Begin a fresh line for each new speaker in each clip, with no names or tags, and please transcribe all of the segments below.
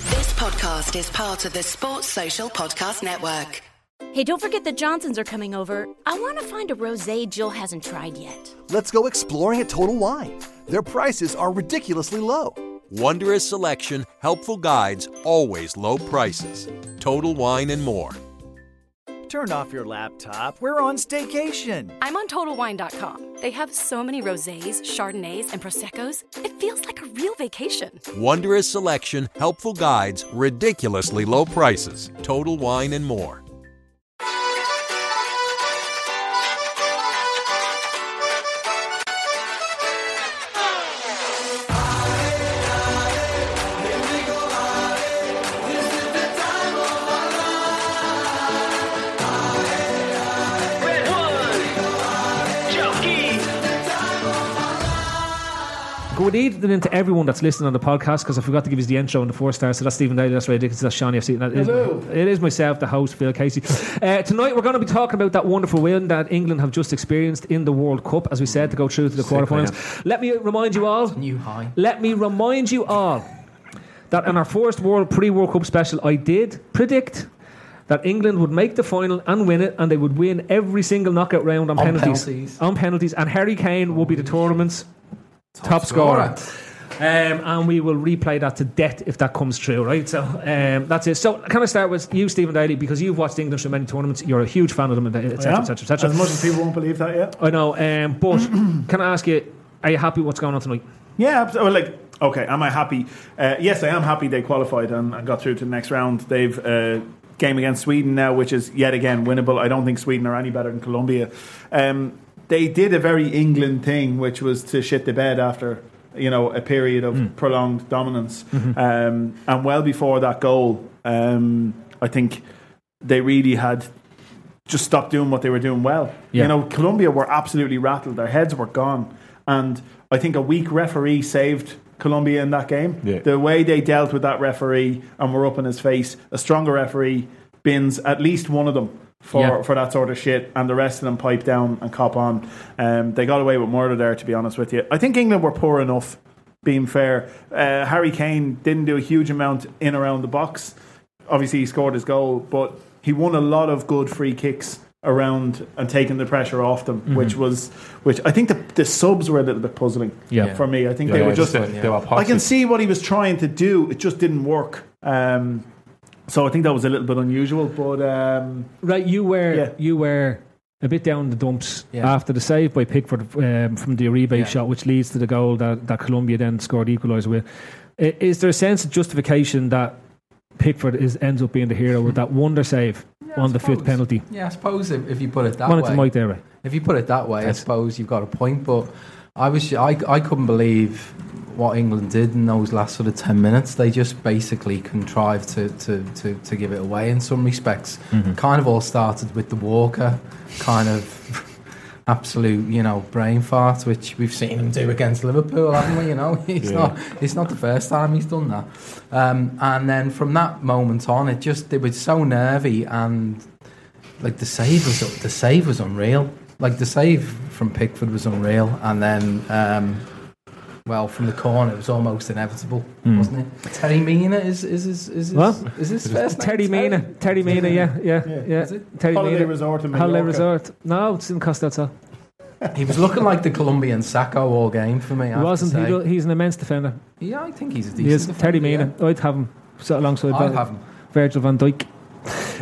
podcast is part of the Sports Social Podcast Network.
Hey, don't forget the Johnsons are coming over. I want to find a rosé Jill hasn't tried yet.
Let's go exploring at Total Wine. Their prices are ridiculously low.
Wondrous selection, helpful guides, always low prices. Total Wine and more.
Turn off your laptop. We're on staycation.
I'm on TotalWine.com. They have so many rosés, chardonnays, and proseccos. It feels like a real vacation.
Wondrous selection, helpful guides, ridiculously low prices. Total Wine and more.
Good evening to everyone that's listening on the podcast because I forgot to give you the intro and the four stars. So that's Stephen Daly, that's Ray Dickinson, that's Shawnee FC. and That is,
Hello.
it is myself, the host, Phil Casey. Uh, tonight we're going to be talking about that wonderful win that England have just experienced in the World Cup, as we said, to go through to the quarterfinals. Let me remind you all.
New high.
Let me remind you all that in our first World pre World Cup special, I did predict. That England would make the final and win it, and they would win every single knockout round on,
On
penalties.
penalties.
On penalties, and Harry Kane will be the tournament's top scorer. Um, and we will replay that to death if that comes true, right? So um, that's it. So can I start with you, Stephen Daly, because you've watched England through many tournaments. You're a huge fan of them, etc., etc.,
As
etc.
much as people won't believe that yet.
I know, um, but can I ask you, are you happy with what's going on tonight?
Yeah, abs- well, like, okay, am I happy? Uh, yes, I am happy they qualified and, and got through to the next round. They've uh, game against Sweden now, which is yet again winnable. I don't think Sweden are any better than Colombia. Um, they did a very England thing, which was to shit the bed after you know a period of prolonged dominance, um, and well before that goal, um, I think they really had just stopped doing what they were doing well.
Yeah.
You know, Colombia were absolutely rattled. Their heads were gone. And I think a weak referee saved Colombia in that game.
Yeah.
The way they dealt with that referee and were up in his face, a stronger referee bins at least one of them for,
Yeah.
for that sort of shit, and the rest of them pipe down and cop on. Um, they got away with murder there, to be honest with you. I think England were poor enough, being fair. Uh, Harry Kane didn't do a huge amount in around the box. Obviously, he scored his goal, but he won a lot of good free kicks around and taking the pressure off them, which was, which I think the, the subs were a little bit puzzling
Yeah.
for me. I think
Yeah,
they
yeah,
were just,
they- they were
I can
positive.
see what he was trying to do, it just didn't work. Um, so I think that was a little bit unusual, but um,
Right, you were
Yeah.
you were a bit down the dumps
Yeah.
after the save by Pickford um, from the Uribe
Yeah.
shot, which leads to the goal that, that Colombia then scored equaliser with. I- Is there a sense of justification that Pickford is ends up being the hero with that wonder save on the fifth
suppose.
penalty?
Yeah, I suppose if, if you put it that
One
way.
to Mike there, right?
If you put it that way, I
Yes.
suppose you've got a point. But I was I, I couldn't believe what England did in those last sort of ten minutes. They just basically contrived to to, to, to give it away in some respects.
Mm-hmm.
Kind of all started with the Walker kind of absolute you know brain fart, which we've seen him do against Liverpool, haven't we? You know, it's not it's not the first time he's done that. Um, and then from that moment on, it just they were so nervy and like the save was the save was unreal. Like the save from Pickford was unreal, and then um, well from the corner it was almost inevitable,
Hmm.
wasn't it? Terry Mina is is is is
What?
is, is this first name?
Terry Mina, Terry Mina, yeah, yeah, yeah.
Is it?
Terry
Holiday
Mina.
resort in
Holiday
Mallorca.
Resort. No, it's in Costello.
He was looking like the Colombian Sacco all game for me. I
He
have to
wasn't. He,
say.
do- he's an immense defender.
Yeah, I think he's a decent.
He is. Terry
defender,
Mina. uh, I'd have him sit alongside
yeah. I'll
Vir-
have him.
Virgil van Dijk.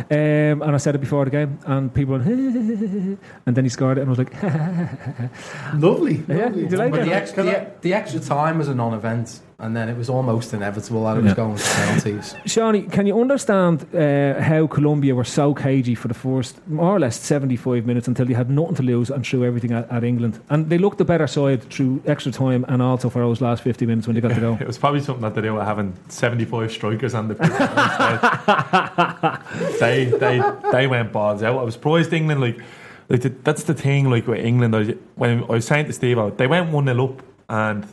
Um, and I said it before the game, and people went, and then he scored it, and I was like,
lovely.
yeah,
lovely.
did you like
But the,
that?
ex- the, e, the extra time was a non-event, and then it was almost inevitable that it was
Yeah.
going to penalties.
Shawnee, can you understand uh, how Colombia were so cagey for the first more or less 75 minutes until they had nothing to lose and threw everything at, at England? And they looked the better side through extra time and also for those last 50 minutes when they got the goal.
It was probably something that they do with having 75 strikers on the pitch. they, they, they went balls out. I was surprised England, like, like the, that's the thing, like with England, I, when I was saying to Steve, I- they went 1 0 up and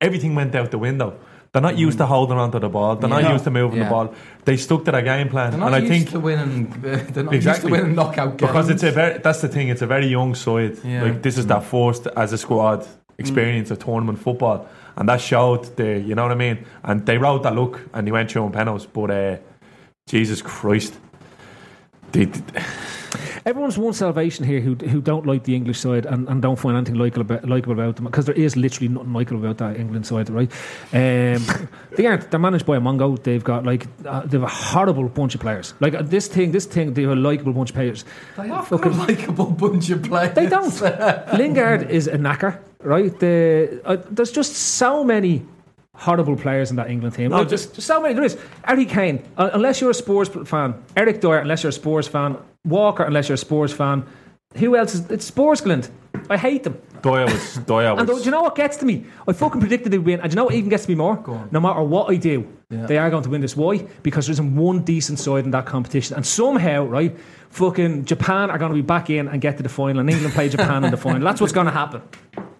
everything went out the window. They're not used to holding onto the ball. They're
Yeah.
not used to moving
Yeah.
the ball. They stuck to their game plan.
They're
And
not
I
used
think
to winning. They're not used to
Exactly.
winning knockout games.
Because it's a very that's the thing. It's a very young side.
Yeah.
Like this is their first as a squad experience
Mm.
of tournament football, and that showed the you know what I mean. And they rode that look, and they went through on penalties. But uh, Jesus Christ, they, they-
Everyone's one salvation here who who don't like the English side and, and don't find anything likable about, likable about them because there is literally nothing likable about that England side, right? Um, they aren't. They're managed by a Mongo. They've got like uh, they've a horrible bunch of players. Like uh, this thing, this thing, they're a likable bunch of players.
They are fucking likable bunch of players.
They don't. Lingard is a knacker, right? The, uh, there's just so many horrible players in that England team. Like,
just-
there's so many. There is. Harry Kane, uh, unless you're a Spurs fan. Eric Dyer, unless you're a Spurs fan. Walker, unless you're a Spors fan. Who else is. It's Sporsland. I hate them.
Doyle was Doyle
And do
was.
you know what gets to me? I fucking predicted they'd win. And do you know what even gets to me more?
on.
No matter what I do,
Yeah.
they are going to win this. Why? Because there isn't one decent side in that competition. And somehow, right, fucking Japan are going to be back in and get to the final. And England play Japan in the final. That's what's going to happen.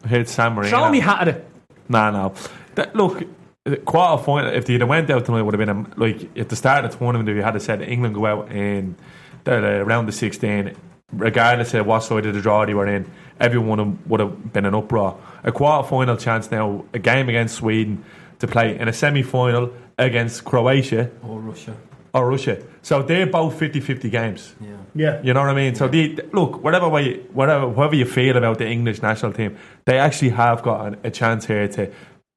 I heard Sam Marino.
Throw me hat at it.
Nah, no. That, look, the quarter final. If they'd have went out tonight, would have been a, like at the start of the tournament. If you had said England go out in the, the round of sixteen, regardless of what side of the draw they were in, everyone would have been an uproar. A quarter final chance now, a game against Sweden to play in a semi final against Croatia
Or Russia.
or Russia. Oh, So they're both 50-50 games.
Yeah.
Yeah.
You know what I mean? So they, look, whatever way, whatever, whatever you feel about the English national team, they actually have got an, a chance here to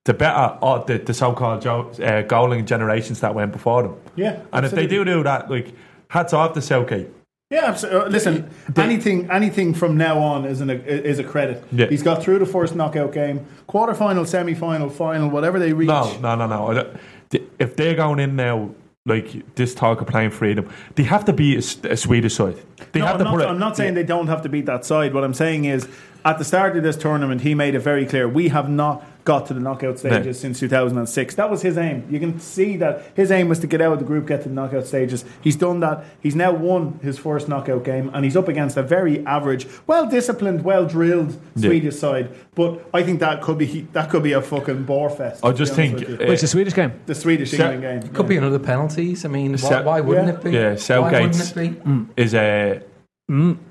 to better all the, the so-called jo- uh, goaling generations that went before them.
Yeah,
and if they do
absolutely.
do that, like hats off to Southgate.
Yeah, absolutely. Listen, anything anything from now on is an is a credit.
Yeah.
He's got through the first knockout game, quarterfinal, semi-final, final, whatever they reach.
No, no, no, no. I don't- the- If they're going in now, like this talk of playing freedom, they have to be a, S- a Swedish side. They
No,
have
I'm,
to
not,
put it.
I'm not saying they don't have to beat that side. What I'm saying is, at the start of this tournament, he made it very clear we have not got to the knockout stages since 2006. That was his aim. You can see that his aim was to get out of the group, get to the knockout stages. He's done that. He's now won his first knockout game, and he's up against a very average, well disciplined, well drilled
Yeah.
Swedish side. But I think that could be that could be a fucking bore fest.
I
to be
just
honest
think
with you.
uh,
Which is a Swedish game.
the Swedish
so-
England game
Could be another penalties. I mean, why, why wouldn't
yeah.
it be?
yeah, Southgate's
Why wouldn't it be?
is a.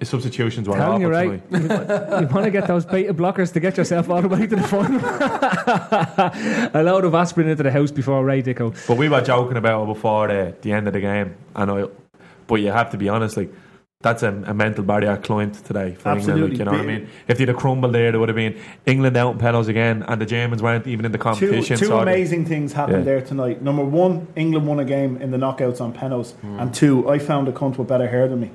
His substitutions were
Telling
awful to
you right,
me.
you, want to get those beta blockers to get yourself all the way to the final. a load of aspirin into the house before Ray Dicko.
But we were joking about it before the, the end of the game, and I. But you have to be honest, like that's a, a mental barrier climbed today for England. Like,
Absolutely.
you know what I mean? If they'd have crumbled there, it would have been England out in penalties again, and the Germans weren't even in the
Two,
competition.
two
so-
amazing things happened
Yeah.
there tonight. Number one, England won a game in the knockouts on penalties, and two, I found a cunt with better hair than me.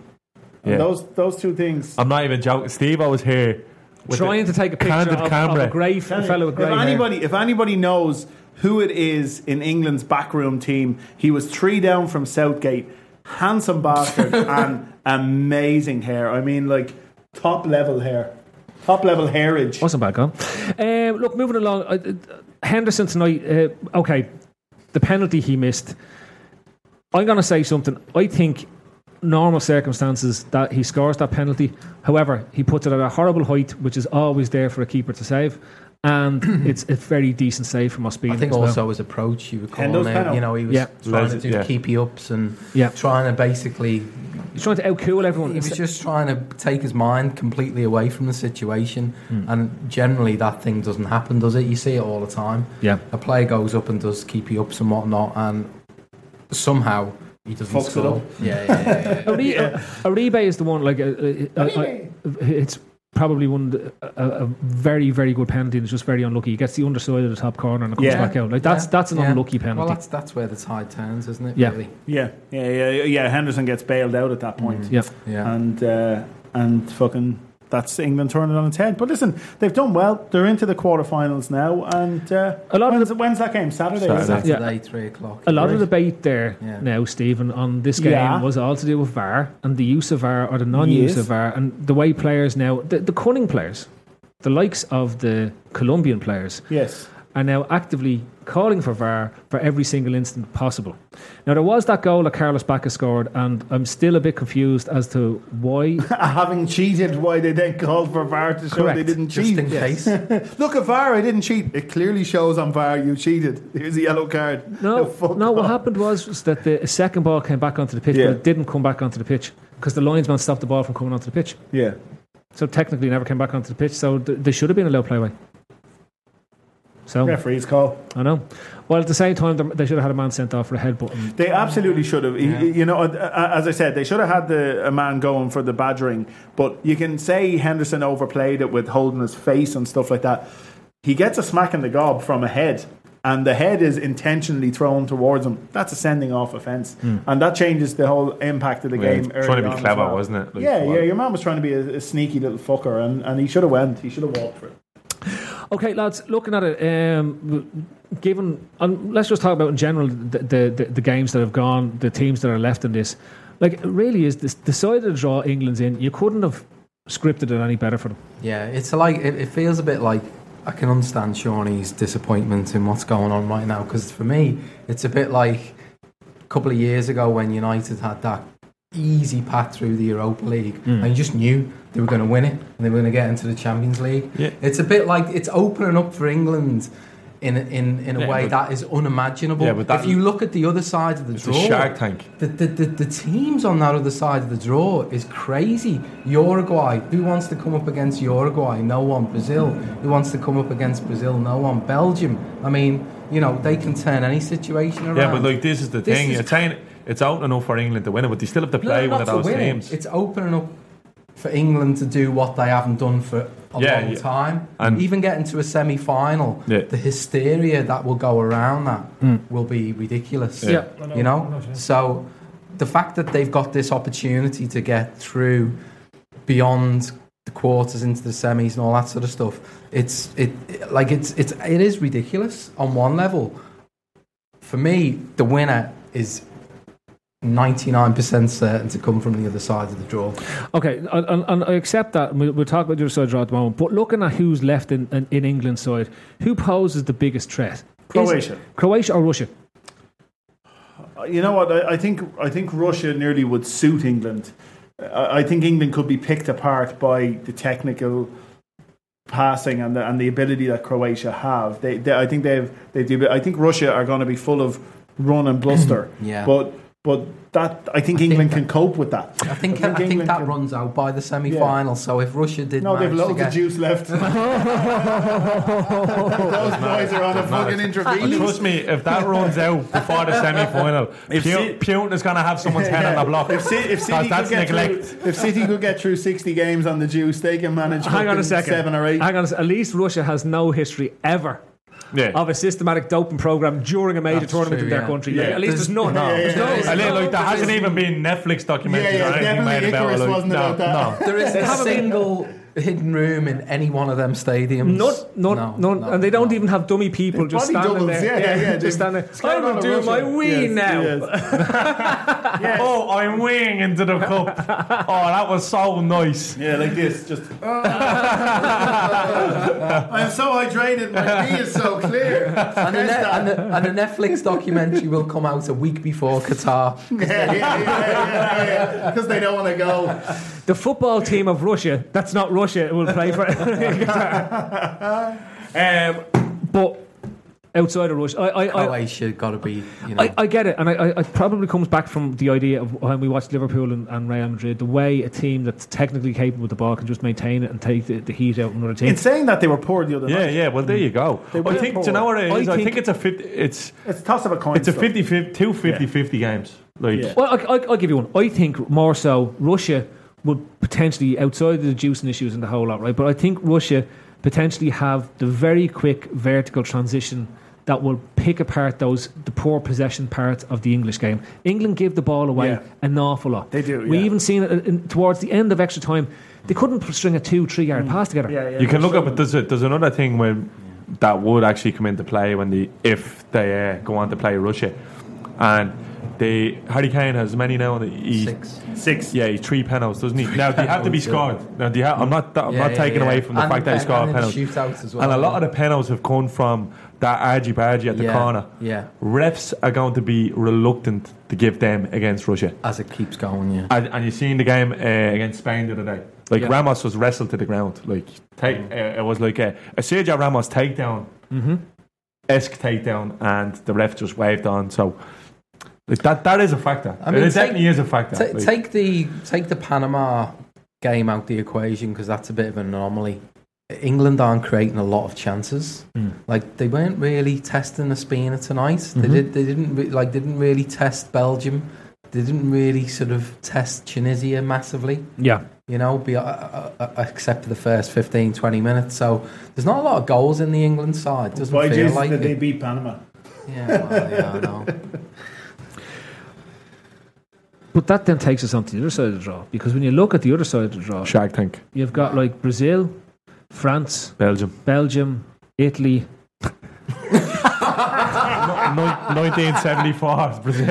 And
Yeah.
Those those two things.
I'm not even joking. Steve, I was here with
Trying
the
to take a picture
candid
of, of
camera.
a grey f- fellow with
if
grey hair.
anybody, if anybody knows who it is in England's backroom team, he was three down from Southgate. Handsome bastard and amazing hair. I mean, like top level hair, top level hairage.
Wasn't bad, gone. Um, look, moving along, uh, uh, Henderson tonight. Uh, okay, the penalty he missed. I'm going to say something. I think normal circumstances that he scores that penalty. However, he puts it at a horrible height, which is always there for a keeper to save, and it's a very decent save from Ospina.
I think
as well.
also his approach, you were
those
calling it,
penal-
you know, he was
Yeah.
trying to
Lazy-
do
yeah.
keepy ups and
Yeah.
trying to basically,
he's trying to outcool everyone.
he was just trying to take his mind completely away from the situation.
Hmm.
And generally, that thing doesn't happen, does it? You see it all the time.
yeah.
A player goes up and does keepy ups and whatnot, and somehow he doesn't
Fucks it
score.
up.
Yeah, yeah, yeah, yeah.
Aribe, Aribe is the one. Like, uh, uh, uh, uh, it's probably one of the- a, a very, very good penalty. and It's just very unlucky. He gets the underside of the top corner and it comes
Yeah.
back out. Like that's
Yeah,
that's an
yeah.
unlucky penalty.
Well, that's that's where the tide turns, isn't it?
Yeah.
Really?
Yeah, yeah, yeah, yeah. Henderson gets bailed out at that point.
yeah.
Yeah.
and uh, and fucking that's England turning it on its head. But listen, they've done well. They're into the quarterfinals now, and uh,
A lot of
when's, when's that game? Saturday.
Saturday.
Is it?
Saturday, three o'clock.
A lot of
Right.
debate there
Yeah.
now, Stephen, on this game
Yeah.
was all to do with VAR and the use of VAR or the non-use
Yes.
of VAR and the way players now, the, the cunning players, the likes of the Colombian players,
Yes.
are now actively calling for VAR for every single instant possible. Now, there was that goal that Carlos Bacca scored, and I'm still a bit confused as to why.
Having cheated, why they then called for VAR to show
Correct.
they didn't
Just
cheat.
in case.
Look at VAR, I didn't cheat. It clearly shows on VAR you cheated. Here's a yellow card.
No,
fuck
no what
off.
happened was, was that the second ball came back onto the pitch,
Yeah.
but it didn't come back onto the pitch because the linesman stopped the ball from coming onto the pitch.
Yeah.
So technically, it never came back onto the pitch, so th- they should have been allowed play away. So
Referee's call.
I know. Well, at the same time, they- they should have had a man sent off for a headbutt. and-
They absolutely should have. You- You know, uh, as I said, they should have had the, a man going for the badgering. But you can say Henderson overplayed it with holding his face and stuff like that. He gets a smack in the gob from a head, and the head is intentionally thrown towards him. That's a sending off offence, and that changes the whole impact of the
Yeah,
game.
Hmm. trying to
early
be
on as
clever,
well.
wasn't it? Like,
yeah,
well-
yeah. Your man was trying to be a, a sneaky little fucker, and, and he should have went. He should have walked for it.
Okay, lads, looking at it, um, w- given, um, let's just talk about in general the, the, the, the games that have gone, the teams that are left in this. Like, it really is this, the side of the draw England's in, you couldn't have scripted it any better for them.
Yeah, it's like it, it feels a bit like I can understand Shawnee's disappointment in what's going on right now because for me, it's a bit like a couple of years ago when United had that easy pat through the Europa League
Hmm.
and you just knew they were going to win it and they were going to get into the Champions League.
Yeah.
It's a bit like it's opening up for England. In, a- in, in a
Yeah,
way
but-
that is unimaginable.
Yeah, but that-
if you look at the other side of the
It's a
draw,
shark tank.
the, the, the, the teams on that other side of the draw is crazy. Uruguay, who wants to come up against Uruguay? No one. Brazil, who wants to come up against Brazil? No one. Belgium, I mean, you know, they can turn any situation around.
Yeah, but like this is the
This
thing.
is-
it's, saying it's out enough for England to win it, but they still have to
No,
play
not
one of
to
those
win it.
teams.
It's opening up for England to do what they haven't done for a
Yeah,
long
yeah.
time.
And-
Even getting to a semi final,
Yeah. Hmm.
the hysteria that will go around that will be ridiculous.
Yeah.
You know? So the fact that they've got this opportunity to get through beyond the quarters into the semis and all that sort of stuff, it's it it- like it's it's it is ridiculous on one level. For me, the winner is 99% certain to come from the other side of the draw.
Okay, and, and, and I accept that. and We'll, we'll talk about your side draw at the moment. But looking at who's left in, in, in England's side, who poses the biggest threat? Is it
Croatia.
Croatia or Russia?
Uh, You know what? I, I think I think Russia nearly would suit England. Uh, I, I think England could be picked apart by the technical passing and the, and the ability that Croatia have. They, they I think they've they do. I think Russia are going to be full of run and bluster.
Yeah.
But but that I think England can cope with that.
I think, I think
England
that
can-
runs out by the semi-final. So if Russia did
No, they've
manage to
loads
get,
of juice left. Those boys are on a fucking
But
intravenous.
trust me, if that runs out before the semi-final,
If
Pu-
Si-
Putin is going to have someone's head on
Yeah.
the block.
If, Ci- if, City
'Cause that's
could get
neglect.
Through, if City could get through 60 games on the juice, they can manage
Hang on
fucking
a second.
seven or eight.
Hang on. A, se- at least Russia has no history ever
Yeah.
of a systematic doping program during a major
That's
tournament
true,
in their
yeah.
country.
Yeah.
Like, at least there's,
There's-
none.
no.
There's
Yeah, yeah,
no-
I
yeah.
mean, like there
there's-
hasn't even been Netflix documentaries
Yeah,
or
yeah,
anything
definitely
made about it.
Icarus
Like,
wasn't
no,
about that.
no.
there isn't a
Probably-
single hidden room in any one of them stadiums.
Not, not,
No,
none,
no,
and they don't
no.
even have dummy people just
Body
standing
doubles,
there.
yeah, yeah, yeah.
Just standing there.
Sky
I'm going
Ball
to do
Russia.
my wee
Yes,
now.
yes.
Oh, I'm weighing into the cup. Oh, that was so nice.
Yeah, like this. Just. I'm so hydrated. My pee is so clear.
And the, ne- and, the, and the Netflix documentary will come out a week before Qatar.
yeah, yeah, yeah, yeah, yeah. Because they don't want to go.
The football team of Russia, that's not Russia, will play for um, But outside of Russia, I, I, I,
Croatia got to be, you know.
I, I get it. And I, I, it probably comes back from the idea of when we watched Liverpool and, and Real Madrid, the way a team that's technically capable of the ball can just maintain it and take the, the heat out of another team.
In saying that, they were poor the other
Yeah,
night.
yeah. Well, there you go.
were
I think. Do you know what it
poor.
is?
I
I
think-
think, it's a 50, It's
It's a toss of a coin.
it's a
so.
50, 50, two 50, 50 games. Like,
Yeah.
Well, I, I, I'll give you one. I think more so Russia would potentially, outside of the juicing issues and the whole lot, right? But I think Russia potentially have the very quick vertical transition that will pick apart those the poor possession parts of the English game. England give the ball away
Yeah.
an awful lot.
They do,
We
yeah.
even seen it in, towards the end of extra time. They couldn't string a two, three yard pass together.
Mm. Yeah, yeah.
you can look up. But there's a, there's another thing when that would actually come into play when the if they uh, go on to play Russia, and they Harry Kane has many now. That he,
Six.
Six.
Yeah, he's three penalties, doesn't he? Now they have to be
penalties,
scored. Now they have, I'm not. I'm
Yeah,
not
yeah,
taking
yeah.
away from the
And
fact that he
the pe-
scored
and the
penalties.
shootouts as well,
And a lot
yeah.
of the penalties have come from that argy bargy at the
Yeah,
corner.
yeah.
refs are going to be reluctant to give them against Russia.
as it keeps going, yeah.
And, and you seen the game uh, against Spain the other day. Like
Yeah.
Ramos was wrestled to the ground. Like take, uh, it was like a, a Sergio Ramos takedown, esque takedown, and the ref just waved on. So like that that is a factor.
I mean,
it
take-
definitely is a factor.
Ta-
Like,
take the take the Panama game out the equation because that's a bit of an anomaly. England aren't creating a lot of chances.
Hmm.
Like they weren't really testing Spain tonight.
Mm-hmm.
They did. They didn't re- like. Didn't really test Belgium. They didn't really sort of test Tunisia massively.
Yeah.
You know, be, uh, uh, uh, except for the first 15, 20 minutes. So there's not a lot of goals in the England side. Doesn't
Why
feel
Jesus
like
did
it.
they beat Panama?
Yeah, well, yeah, I know.
But that then takes us on to the other side of the draw because when you look at the other side of the draw,
Shark Tank,
you've got like Brazil, France,
Belgium.
Belgium, Italy.
1974, Brazil.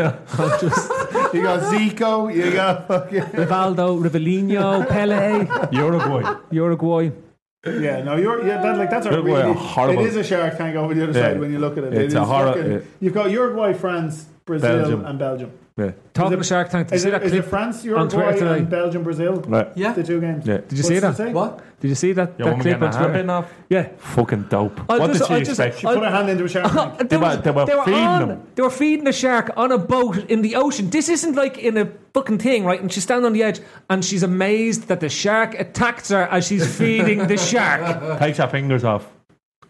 You got Zico. You got fucking.
Rivaldo, Rivellino, Pele,
Uruguay.
Uruguay.
Yeah, no, you're yeah. That, like that's a
Uruguay are
really
horrible.
It is a shark tank over the other
Yeah.
side when you look at it.
It's
it
a
is
horror-
fucking-
yeah.
You've got Uruguay, France, Brazil,
Belgium.
and Belgium.
Yeah.
Talking
it-
of Shark Tank, did you
Is
see
it,
that
is it
clip?
France,
Twitter
Uruguay,
today.
and Belgium, Brazil?
Right.
Yeah.
The two games.
Yeah.
Did you see that?
What?
Did you see that, that clip on Twitter?
off?
Yeah.
Fucking dope.
I
what did
just-
she
I just-
expect?
She put her hand into a shark tank.
There
were- they were feeding
on,
them.
They were feeding a shark on a boat in the ocean. This isn't like in a fucking thing, right? And she's standing on the edge and she's amazed that the shark attacks her as she's feeding the shark.
takes her fingers off.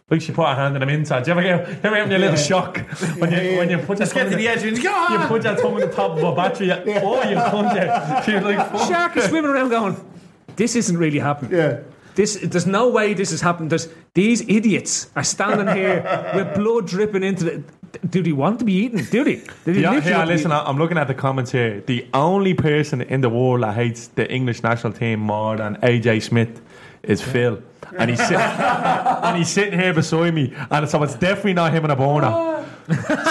Look, she put her hand in them inside. Do you ever get, you ever get a little shock when you when you put your
Just get
tongue
to
in
the edge and go.
You put your tongue in the top of a battery. you- Oh, you punch it. She was like, fuck.
shark is swimming around going, This isn't really happening.
Yeah.
This, there's no way this has happened. There's, these idiots are standing here with blood dripping into the. Do they want to be eaten? Do they? Do they
Yeah,
literally
yeah,
want to be
listen,
eaten?
I- I'm looking at the comments here. The only person in the world that hates the English national team more than AJ Smith is Phil. And he's, sit- and he's sitting here beside me, and so it's definitely not him and a boner.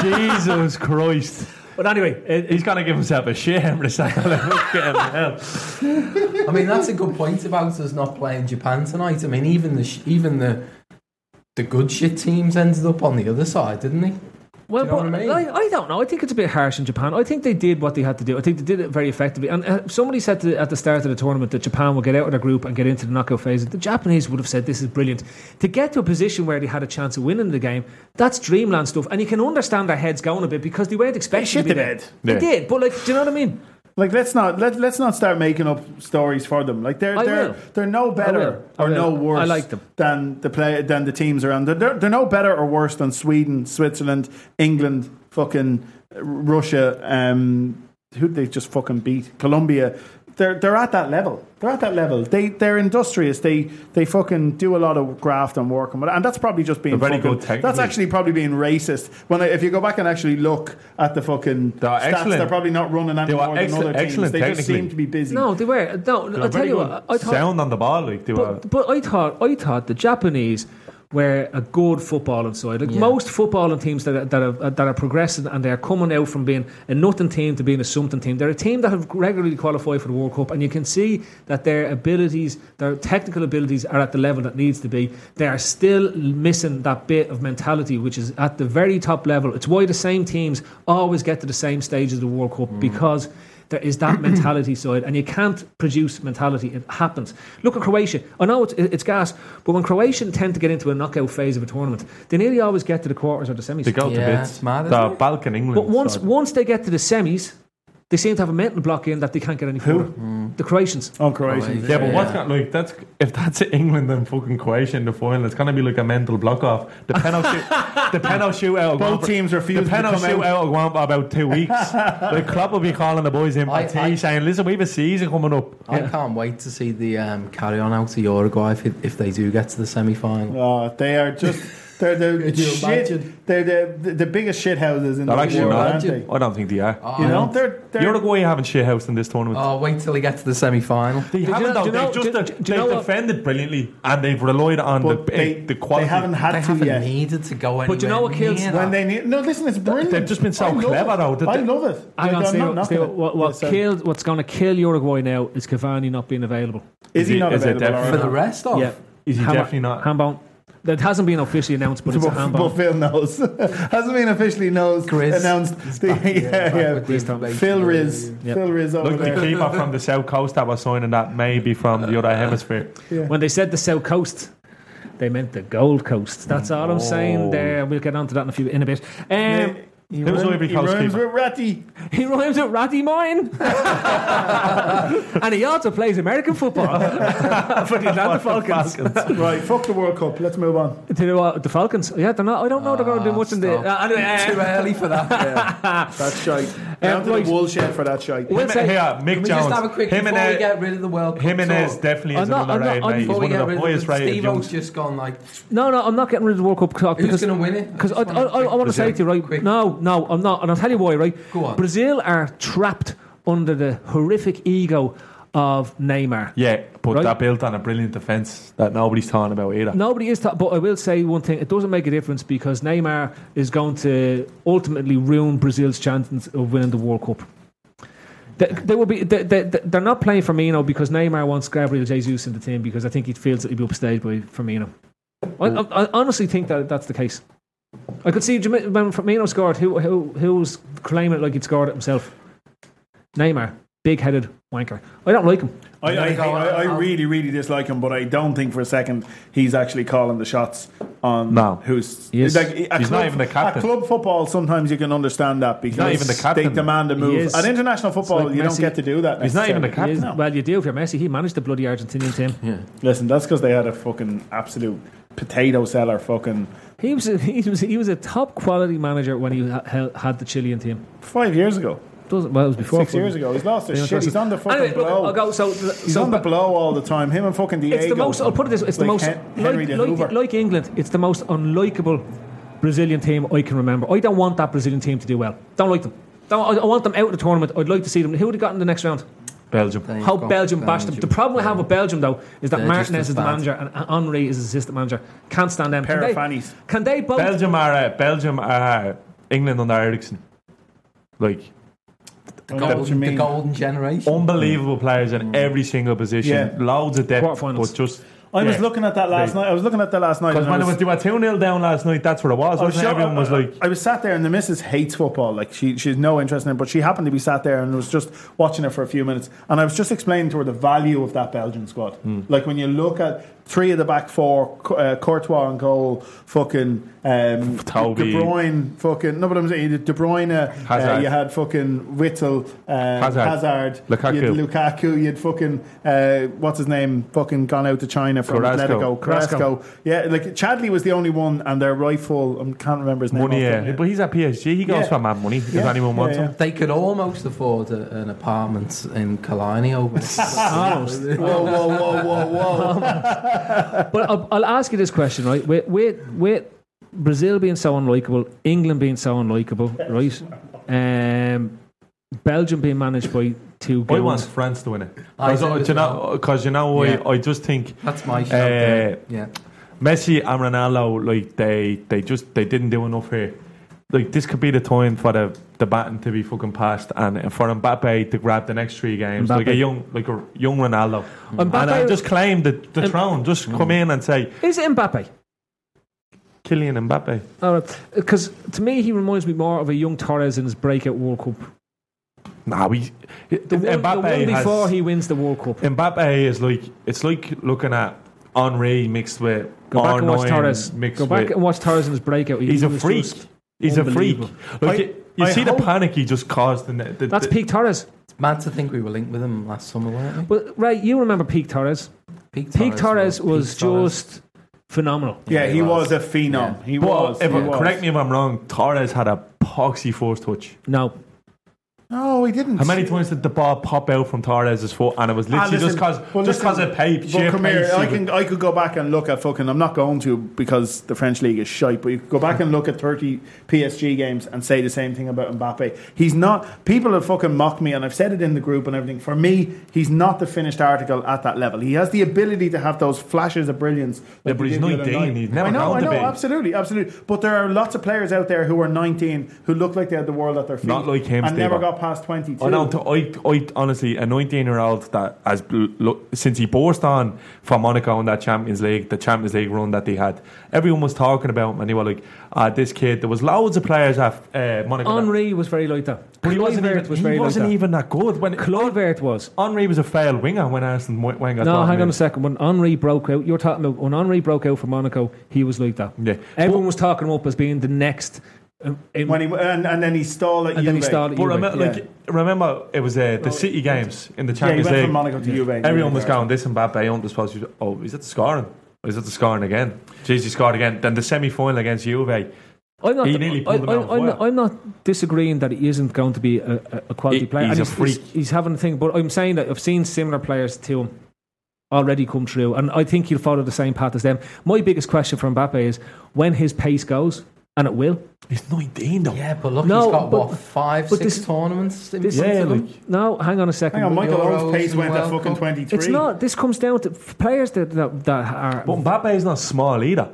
Jesus Christ.
But anyway, it,
He's going to give himself a shit in the second. Look at him, hell.
I mean, that's a good point about us not playing Japan tonight. I mean, even the sh- even the the good shit teams ended up on the other side, didn't they?
Well,
Do you know
but
what I mean?
I, I don't know. I think it's a bit harsh in Japan. I think they did what they had to do. I think they did it very effectively. And uh, somebody said to, at the start of the tournament that Japan will get out of the group and get into the knockout phase. The Japanese would have said, "This is brilliant." To get to a position where they had a chance of winning the game, that's dreamland stuff. And you can understand their heads going a bit because they weren't expecting
shit
to be
the
there.
bed.
They
Yeah.
did, but like, do you know what I mean?
Like let's not let let's not start making up stories for them. Like they're
I
they're
will.
they're no better
I
or
will.
no worse.
I like them.
than the play than the teams around. They're, they're no better or worse than Sweden, Switzerland, England, fucking Russia. Um, who they just fucking beat? Colombia. They're they're at that level. They're at that level. They they're industrious. They they fucking do a lot of graft and work and what. And that's probably just being
They're very
fucking-
good technically.
That's actually probably being racist. When I, if you go back and actually look at the fucking
They're
stats,
excellent.
they're probably not running
They
any
were
more than
excellent-
other teams.
excellent
they just
technically.
seem to be busy.
No, they were. No,
They were
I'll tell
very
you
good.
what. I thought,
sound on the ball, like they were.
But, but I thought I thought the Japanese were a good footballing side. Like most footballing teams that are, that are that are progressing and they are coming out from being a nothing team to being a something team. They're a team that have regularly qualified for the World Cup, and you can see that their abilities, their technical abilities, are at the level that needs to be. They are still missing that bit of mentality, which is at the very top level. It's why the same teams always get to the same stage of the World Cup because there is that mentality side, and you can't produce mentality. It happens. Look at Croatia. I know it's, it's gas, but when Croatian tend to get into a knockout phase of a tournament, they nearly always get to the quarters or the semis.
They go to
Yeah,
bits.
it's mad,
the
isn't it?
Balkan England.
but once
side.
once they get to the semis, they seem to have a mental block in that they can't get any further. The Croatians.
on Croatia.
yeah, but what's going like that's if that's England and fucking Croatia in the final, it's gonna be like a mental block off. The penalty, the penalty shootout.
Both teams refuse
The
to
penalty
come out.
shootout will go on for about two weeks. like Klopp will be calling the boys in by
I- I-
tea, saying, "Listen, we have a season coming up."
I can't wait to see the um, carry on out to Uruguay if, it- if they do get to the semi final.
Oh, they are just they're the
Could you imagine?
shit. They're the, the the biggest shit houses in
They're
the
actually
world,
not.
aren't they?
I don't think they are.
You know, they're, they're
Uruguay haven't shit housed in this tournament.
Oh, wait till they get to the semi final.
They haven't.
know-
though.
do you know-
They've just
do-
uh,
do you
they've
know what-
defended brilliantly and they've relied on the
but they,
the
they
quality.
haven't had
They
to
haven't
yet.
needed to go anywhere.
But you know what kills-
near
When
that.
they need no, listen, it's brilliant.
They've just been so
I love
clever,
it.
though, that
I
they-
love it.
Hang on,
Like, I'm
Steve,
not knocking
Steve,
it.
what, what
Yeah, sorry.
killed, what's going to kill Uruguay now is Cavani not being available.
is he
Is
not
it- is it
available?
definitely-
for the rest of.
Yeah.
Oh, Is he
Ham-
definitely not?
Handbone. That hasn't been officially announced, but it's a
But, but
handbone.
Phil knows. Hasn't been officially knows
Grizz.
announced. The, yeah, yeah.
with the information.
Phil Riz.
Yeah.
Phil Riz over
Look,
there.
the keeper from the south coast that was signing that may be from the other hemisphere.
When they said the South Coast,
Oh.
they meant the Gold Coast. That's all I'm saying there. We'll get onto that in a few in a bit. Um,
He
Who's
rhyme-
Ivory
he
Coast
rhymes
keeper?
with Ratty.
He rhymes with Ratty Mine. and he also plays American football for the Atlanta Falcons.
right, fuck the World Cup. Let's move on.
To the, uh, the Falcons. Yeah, they're not, I don't know they're going to do much in the.
Ah,
Uh,
stop.
anyway, uh,
Too early for that.
That's shite. Down to
right.
the wool shed for that shite.
We'll
Him-
say-
yeah, Mick
Can we
Jones.
just have a quick before we
Jimenez,
get rid of the World Cup
Jimenez
talk?
definitely is
I'm not-
another
I'm not-
raid,
I'm-
mate. He's
Before we
one
get
of the
rid of the
highest rated
Steve-O's
youngs.
just gone like
No, no, I'm not getting rid of the World Cup talk.
Who's
because-
gonna win it?
Because I,
Just
I,
wanna
I, I want to say
quick-
to you, right?
quick.
No, no, I'm not. And I'll tell you why, right?
Go on.
Brazil are trapped under the horrific ego of Neymar.
Yeah, but
Right?
that built on a brilliant defence that nobody's talking about either.
Nobody is, ta- but I will say one thing: it doesn't make a difference because Neymar is going to ultimately ruin Brazil's chances of winning the World Cup. They, they will be. They, they, they're not playing Firmino because Neymar wants Gabriel Jesus in the team because I think he feels that he'll be upstaged by Firmino. I, I, I honestly think that that's the case. I could see Jama- when Firmino scored. Who who who's claiming it like he'd scored it himself? Neymar, big-headed wanker. I don't like him.
I, I,
Gotta go,
I, I
I'll-
really, really dislike him, but I don't think for a second he's actually calling the shots on
No.
who's
He is.
like, a
He's not
club-
even the captain.
At club football, sometimes you can understand that because
not even the captain.
they demand a move.
is.
At international football,
like
you
Messi.
don't get to do that.
He's not even the
necessarily.
captain.
He is-
No.
Well, you do if you're Messi. He managed the bloody Argentinian team.
Listen, that's because they had a fucking absolute potato seller. Fucking
He was a, he was he was a top quality manager when he ha- hel- had the Chilean team.
five years ago,
Doesn't well it was before
six
fucking-
years ago, he's lost his
Yeah,
shit.
that's-
He's on the fucking
Anyway, look,
blow.
I'll go. So,
he's
so
on the blow all the time. Him and fucking Diego.
it's the most. I'll put it this. way, It's the
Like
most
Hen- Henry
like,
the
like,
Hoover.
like England. It's the most unlikable Brazilian team I can remember. I don't want that Brazilian team to do well. Don't like them. Don't, I, I want them out of the tournament. I'd like to see them. Who would have got in the next round?
Belgium.
How Belgium bashed them. The problem I have with Belgium though is that
They're just
Martinez
as
is the
bad.
manager and Henri is his assistant manager. Can't stand them.
Pair
can,
of
they,
fannies.
can they both?
Belgium are uh, Belgium are uh, England under Ericsson. Like
I know what you
golden, the
mean.
golden generation.
unbelievable players in every single position.
Yeah.
Loads of depth.
Quarterfinals.
But just
I was looking at that last
They-
night. I was looking at that last night.
because
and I
when it
was-
was they were two 0 down last night, that's what it was.
I
wasn't it?
sure-
Everyone was
I- I-
like,
Oh, uh, I was sat there, and the missus hates football. Like she, she has no interest in it. But she happened to be sat there and was just watching it for a few minutes. And I was just explaining to her the value of that Belgian squad.
Hmm.
Like when you look at three of the back four, C- uh, Courtois and goal, fucking um,
Toby.
De Bruyne, fucking no, but I'm saying De Bruyne. uh,
Hazard.
Uh, you had fucking Whittle, um,
Hazard.
Hazard,
Lukaku.
you had Lukaku. You had fucking uh, what's his name? Fucking gone out to China from
Carrasco.
Atletico.
Carrasco.
Carrasco. Yeah, like Chadley was the only one, and their rifle. I can't remember his name.
money.
off the-
Yeah. But he's at PSG. He goes
Yeah.
for mad money. If
Yeah.
anyone wants
Yeah,
him.
yeah.
They could almost afford a, an apartment in Kalinio. Ah,
Almost.
Whoa, whoa, whoa, whoa, whoa!
But I'll, I'll ask you this question, right? With, with, with Brazil being so unlikable, England being so unlikable, right? Um, Belgium being managed by two
I want
goons.
France to win it.
I
Because
do
you,
as
know, 'cause you know, I,
Yeah.
I just think
That's my shout.
Uh,
there. yeah.
Messi and Ronaldo, like they, they just they didn't do enough here. Like this could be the time for the, the baton to be fucking passed, and for Mbappe to grab the next three games, like a
Mbappe.
young like a young Ronaldo, and
Mbappe- Mm.
I just claim the, the
Em-
throne. Just come in and say
Is it Mbappe?
Kylian Mbappe.
Because to me, he reminds me more of a young Torres in his breakout World Cup.
Nah, we
The one,
Mbappe
the one
has-
before he wins the World Cup.
Mbappe is like it's like looking at Henri mixed with
Go back and watch
R9
Torres.
mixed
Go back
with
and watch Torres in his breakout. He
He's a
was
freak.
just-
He's a freak.
unbelievable.
Like,
I-
you- you
I
see the
hope-
panic he just caused. In the, the,
That's
the,
peak Torres.
It's mad to think we were linked with him last summer, weren't we?
Well, right, you remember peak Torres.
Peak
Peak Torres was
Peak Torres.
just phenomenal.
Yeah, he was a phenom. He was.
if,
he was.
Correct me if I'm wrong. Torres had a poxy force touch.
No,
No, he didn't.
How many times did the ball pop out from Torres's foot? And it was
Ah,
literally just
listen,
cause
well,
just
listen,
cause of pay.
but
sheer
come
pace
here.
he
I
would-
can. I could go back and look at fucking. I'm not going to because the French league is shite. But you could go back and look at 30 PSG games and say the same thing about Mbappe. He's not. People have fucking mocked me, and I've said it in the group and everything. For me, he's not the finished article at that level. He has the ability to have those flashes of brilliance.
Yeah,
like
but
he
he's
did the other
19.
night.
He's never
I know.
grown
I
to
know.
be.
Absolutely. Absolutely. But there are lots of players out there who are 19 who look like they had the world at their feet.
Not like him,
and never
Steve-O.
got past 22.
I don't. Oh, I, I honestly, a 19 year old that has bl- lo- since he burst on for Monaco in that Champions League, the Champions League run that they had, everyone was talking about him, and they were like, "Ah, this kid." There was loads of players at uh, Monaco. that-
Henri was very like that.
But he wasn't,
Kluivert
even,
was
he
very
wasn't
like that.
even that good. When
Kluivert was.
Henri was a failed winger when Arsene Wen- Wenger.
No,
brought
hang
him
on
in.
a second. When Henri broke out, you're talking about when Henri broke out for Monaco, he was like that.
Yeah.
Everyone was talking him up as being the next Um, in-
When he and, and then he stalled at
and
Juve.
then he started.
But
Uruguay.
remember, like, remember, it was uh, the City games in the
yeah, he
Champions
went from
League.
Monaco to Juve.
Everyone was
Yeah.
going this and Mbappe on the supposed to oh is that the scoring? Is that the scoring again? Jeez, he scored again. Then the semi final against Juve.
I'm not,
He nearly pulled him
I,
out of
I, am
fire.
not, I'm not disagreeing that he isn't going to be a, a- a quality
He-
player.
he's
and
a freak.
He's, he's having a thing, but I'm saying that I've seen similar players to him already come through, and I think he'll follow the same path as them. My biggest question for Mbappe is when his pace goes, and it will.
He's nineteen though.
Yeah, but look,
No,
he's got
but-
what five,
but
six
this-
tournaments. In
this-
front
Yeah,
of him?
like-
No, hang on a second.
Hang on, Michael
Euros
Owen's pace
and
went at
World
fucking
Cup.
twenty three.
it's not. This comes down to f- players that that, that are.
But Mbappe is not small either.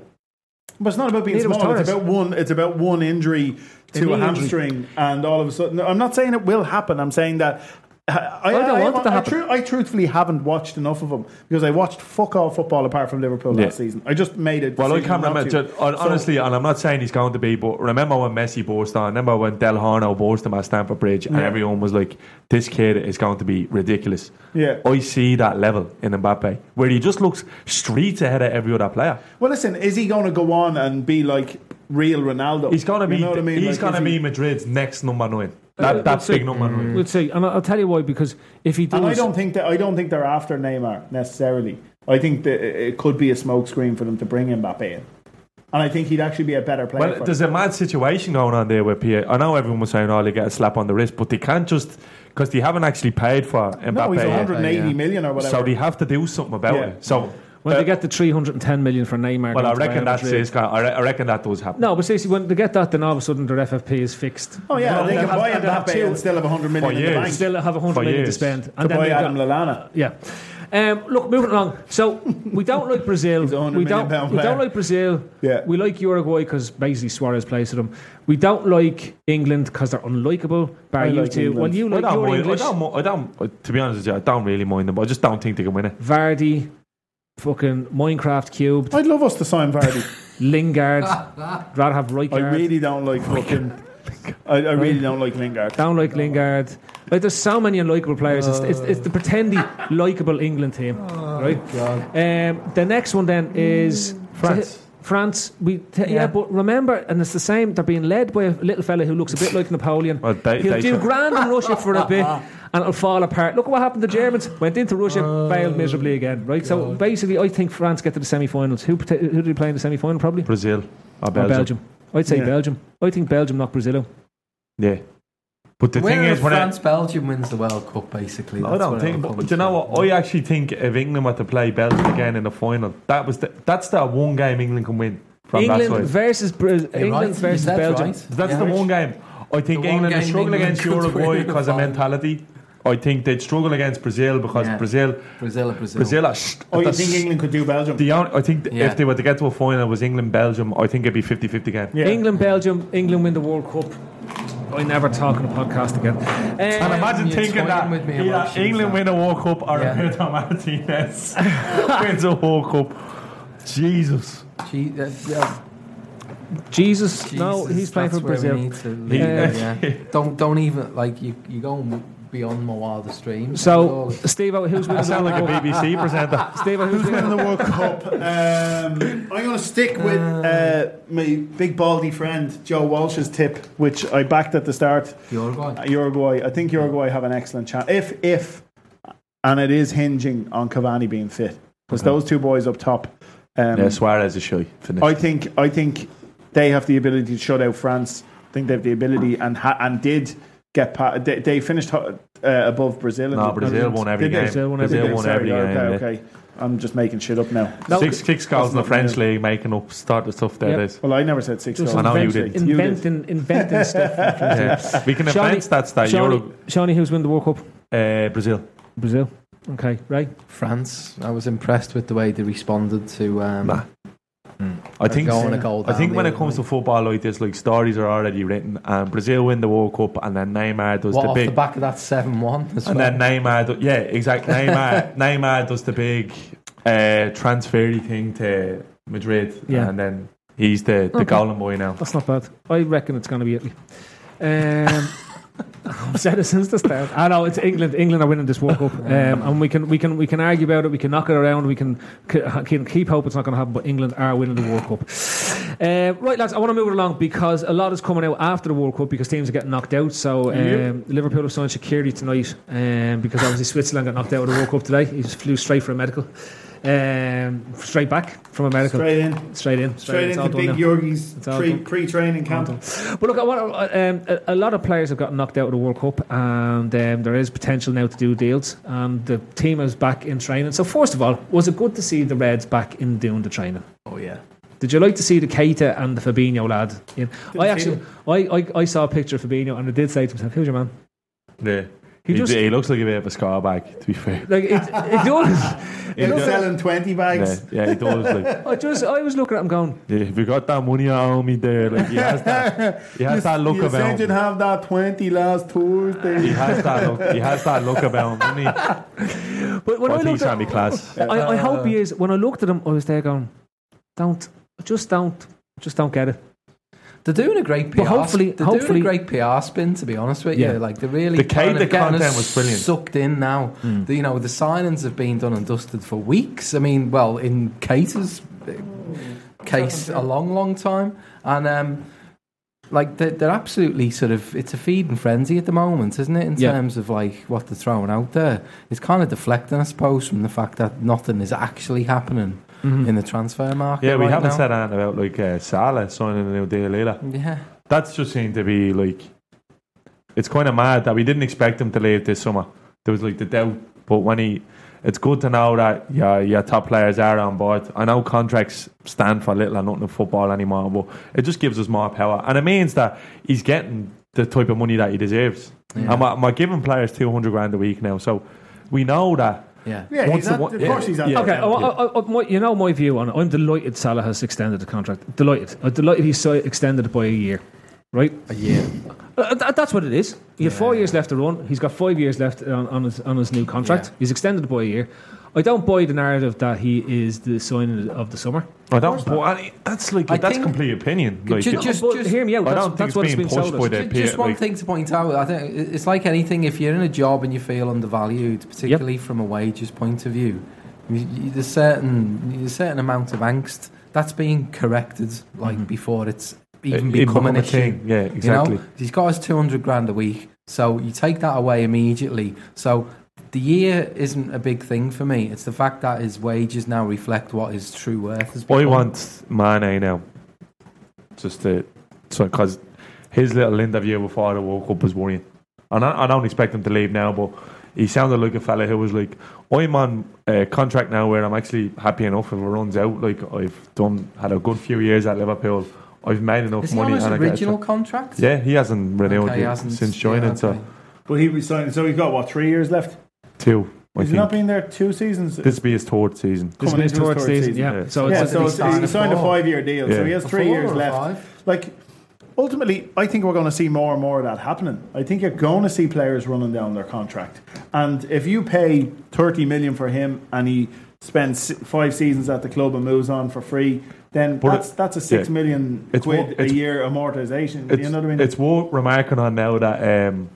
But it's not about being
Neither was
small. It's
Torres.
about one. It's about one injury
knee
to a
injury.
hamstring, and all of a sudden, no, I'm not saying it will happen. I'm saying that. I, I,
don't want it to
I
happen.
tru- I truthfully haven't watched enough of them because I watched fuck all football apart from Liverpool
Yeah.
last season. I just made it.
Well, I can't remember. Ju- hon- honestly, and I'm not saying he's going to be, but remember when Messi burst on? Remember when Del Horno burst on at Stamford Bridge, and everyone was like, "This kid is going to be ridiculous."
Yeah.
I see that level in Mbappe, where he just looks streets ahead of every other player.
well, listen, is he going to go on and be like real Ronaldo?
He's gonna
You
be,
know what I mean?
he's
Like,
gonna
is
be
he-
Madrid's next number nine.
Uh,
That, that
let's see.
big number
Mm.
nine.
We'll see, and I'll I'll tell you why. Because if he does,
And I don't think that I don't think they're after Neymar necessarily. I think that it it could be a smokescreen for them to bring Mbappe in, and I think he'd actually be a better player.
Well,
for
there's a mad situation going on there with PA. I know everyone was saying, "Oh, they get a slap on the wrist," but they can't just because they haven't actually paid for Mbappe. uh,
No, he's
yet.
180
yeah.
million or whatever.
So they have to do something about
Yeah. Mm. Uh,
it. So,
when they get the 310 million for Neymar,
Uh, well, I
going to
reckon
Real
that's
Madrid-
it's kind of, I, re- I reckon that does happen.
No, but seriously, when they get that, then all of a sudden their FFP is fixed.
oh yeah,
Well,
they
they'll
can buy
have- they'll have
Mbappe
two.
and still have 100 million
For
in the
years.
bank.
still have 100
For
million to
years.
spend.
to buy
they've
Adam
got-
Lallana.
Yeah. Um, look, moving along. So we don't like Brazil.
He's a 100
we
million
don't.
pound
We
player.
don't like Brazil.
Yeah.
We like Uruguay because basically Suarez plays for them. We don't like England because they're unlikable. Bar
I
you
like
two.
England.
Well, you
I
like
don't,
your
mind, I,
English.
don't, mo- I don't. uh, To be honest with you, I don't really mind them. But I just don't think they can win it.
Vardy, fucking Minecraft cubed,
I'd love us to sign Vardy.
Lingard. rather have
I
Rijkaard.
really don't like fucking. I, I really don't like Lingard.
Down like Lingard. Like there's so many unlikable players. It's, it's, it's the pretendy likable England team, right? Um, the next one then is
France.
France. We t- yeah.
Yeah.
but remember, and it's the same. They're being led by a little fella who looks a bit like Napoleon.
Well, they-
He'll
they
do
tr-
grand in Russia for a bit, and it'll fall apart. Look at what happened to Germans. Went into Russia, failed miserably again, right? So basically, I think France get to the semi-finals. Who prote- who do they play in the semi-final? Probably Or
Brazil or Belgium.
Belgium. I'd say
Yeah.
Belgium. I think Belgium knock Brazil. out.
Yeah. But the
Winner
thing
of
is, when I,
France, Belgium wins the World Cup. Basically,
I
That's
don't
what
think.
it'll
But,
come
do you know
to.
what? I actually think if England were to play Belgium again in the final, that was the, that's the one game England can win from that
England
side.
versus Bra-
You're
England
right, you
versus
said
Belgium.
right.
That's
Yeah.
the one game. I think
The one
England
game
is struggling
England
against
could win
Uruguay
the
because of
final.
mentality. I think they'd struggle against Brazil because
Yeah.
Brazil,
Brazil, or Brazil,
Brazil are. St-
Oh, you
that's
think England could do Belgium?
The only, I think th-
Yeah.
if they were to get to a final was England Belgium, I think it'd be 50-50 game.
Yeah.
England, Belgium, England win the World Cup. I never talk on a podcast again.
And
Um,
imagine
You're
thinking
toying
that
with me
either
emotions
England
now.
win a World Cup or
Yeah.
Roberto Martinez wins a World Cup. Jesus.
Gee, uh, yeah,
Jesus, no,
Jesus,
he's playing for
that's where we
Brazil.
need to leave it, yeah. Don't don't even like you. You go beyond my wildest dreams.
So, Steve, who's winning
I
the
sound
World
like a
Cup?
BBC presenter.
Steve, who's winning
the World Cup. Um, I'm going to stick with uh, my big baldy friend Joe Walsh's tip, which I backed at the start.
Uruguay.
Uruguay. I think Uruguay have an excellent chance if if, and it is hinging on Cavani being fit
Mm-hmm.
because those two boys up top. Um,
yeah, Suarez is shy. Finish.
I think I think they have the ability to shut out France. I think they have the ability and ha- and did get pa- they, they finished ho- uh, above Brazil. in
No,
the-
Brazil won every
Did they?
game.
Brazil won
Did
every
they?
game.
Sorry,
Brazil won every
okay,
game,
okay. I'm just making shit up now.
six, six goals in the
That's not
French
real.
league, making up start the stuff there
Yep.
it is.
Well, I never said six goals.
I know you
Eventually.
didn't.
You did.
Inventing, inventing stuff.
Yeah. We can advance that stat.
Shawnee,
Europe,
Shawnee, who's winning the World Cup?
uh, Brazil.
Brazil. Okay, right.
France. I was impressed with the way they responded to. Um,
Nah. I think
going a goal
I
down
think
the
when it
other
comes to
night.
football like this, like stories are already written. And Brazil win the World Cup, and then Neymar does
What
the
off
big.
the back of that seven-one?
and then Neymar, do, yeah, exactly. Neymar, Neymar does the big uh, transfer thing to Madrid,
Yeah.
and then he's the the
Okay.
golden boy now.
That's not bad. I reckon it's going to be Italy. Um, I've said it since the start. I know it's England. England are winning this World Cup, um, and we can we can we can argue about it. We can knock it around. We can c- can keep hope it's not going to happen. But England are winning the World Cup. Uh, right, lads. I want to move it along because a lot is coming out after the World Cup because teams are getting knocked out. So um, Liverpool have signed Shaqiri tonight um, because obviously Switzerland got knocked out of the World Cup today. He just flew straight for a medical, um, straight back from a medical,
Straight in.
straight in,
Straight
It's all
into
done now.
Big Yurgi's
It's all
pre-
done.
pre-training camp.
But look, I want, um, a, a lot of players have got knocked out of the World Cup, and um, there is potential now to do deals. And the team is back in training. So, first of all, was it good to see the Reds back in doing the training?
Oh yeah.
Did you like to see the Keita and the Fabinho lad? In? I actually, I, I, I saw a picture of Fabinho, and I did say to myself, "Who's your man?"
Yeah.
He
He,
just-
he looks like a bit of a scar bag, to be fair.
Like it, it does.
He does.
Selling 20
Yeah,
bags.
yeah, he does. Like,
I just, I was looking at him going,
yeah, if you got that money on me there, like he has that, he has that look
you
about
said you'd
him.
have that 20 last Thursday.
He has that look. He has that look about him. doesn't he?
but when
But
I
he's
looked at,
trying to be class.
I, I hope he is. When I looked at him, I was there going, "Don't, just don't, just don't get it."
They're doing a great PR.
But hopefully-
they're
hopefully-
doing a great PR spin. To be honest with
Yeah.
you, like they're really
The Kate-
kind of
the
getting
content
us
was brilliant.
Sucked in now.
Mm.
The, you know the signings have been done and dusted for weeks. I mean, well, in Kate's uh, case, a long, long time, and um, like they're, they're absolutely sort of it's a feed and frenzy at the moment, isn't it? In
Yeah.
terms of like what they're throwing out there, it's kind of deflecting, I suppose, from the fact that nothing is actually happening
Mm-hmm.
in the transfer market.
Yeah, we
right
haven't
now.
said anything about like uh, Salah signing a new deal either.
Yeah.
That's just seemed to be like, it's kind of mad that we didn't expect him to leave this summer. There was like the doubt, but when he, it's good to know that your your top players are on board. I know contracts stand for little or nothing in football anymore, but it just gives us more power, and it means that he's getting the type of money that he deserves. And we're, we're giving players two hundred grand a week now, so we know that.
Yeah.
Yeah,
Once
he's
the
at,
one-
of
yeah,
course he's at the
yeah.
Okay, oh,
camp.
I, I, I, my, you know my view on it. I'm delighted Salah has extended the contract. Delighted. I'm delighted he's so extended it by a year, right?
A year.
Uh, that- that's what it is. He had four years left to run. He's got five years left on, on, his, on his new contract.
Yeah.
He's extended it by a year. I don't buy the narrative that he is the signing of the summer.
I don't. But I- that's like
I
that's
think-
complete opinion. Like,
Ju-
it-
Just-
but
just-
hear me out.
I
That's,
don't think
that's
it's
what it's
being
been sold
pushed
as.
by the-
Ju-
Peter,
just one
like-
thing to point out. I think it- it's like anything. If you're in a job and you feel undervalued, particularly from a wages point of view, you- you- there's certain there's a certain amount of angst that's being corrected, like before it's even
Mm-hmm. It- it
become
become
an
a
issue.
thing. Yeah, exactly.
You know? He's got his two hundred grand a week, so you take that away immediately. So. The year isn't a big thing for me. It's the fact that his wages now reflect what his true worth is.
I want Mane now. Just to, so because his little interview before the World Cup was worrying, and I, I don't expect him to leave now, but he sounded like a fella who was like, "I'm on a contract now where I'm actually happy enough if it runs out. Like I've done had a good few years at Liverpool. I've made enough
Is he
money."
on his
and I get a
original
tra-
contract?
yeah, he hasn't renewed
Okay, he
it
hasn't-
since
yeah,
joining.
okay.
So
But he was signed, so he's got what three years left.
two, I
He's not
think.
been there two seasons.
This will be his third season.
This
Coming
is
into his
towards
third
season,
season.
yeah.
Oh,
So
yeah,
it's,
so
he
it's,
signed
he
a
signed a
four.
five-year deal, so
Yeah.
he has
A
three
four
years
or a
left.
five?
Like, ultimately, I think we're going to see more and more of that happening. I think you're going to see players running down their contract, and if you pay thirty million for him and he spends five seasons at the club and moves on for free, then
But
that's
it-
that's a six
yeah.
million
It's wo-
quid
it's-
a year amortization. Do
it's,
you know what I mean?
it's worth remarking on now that um,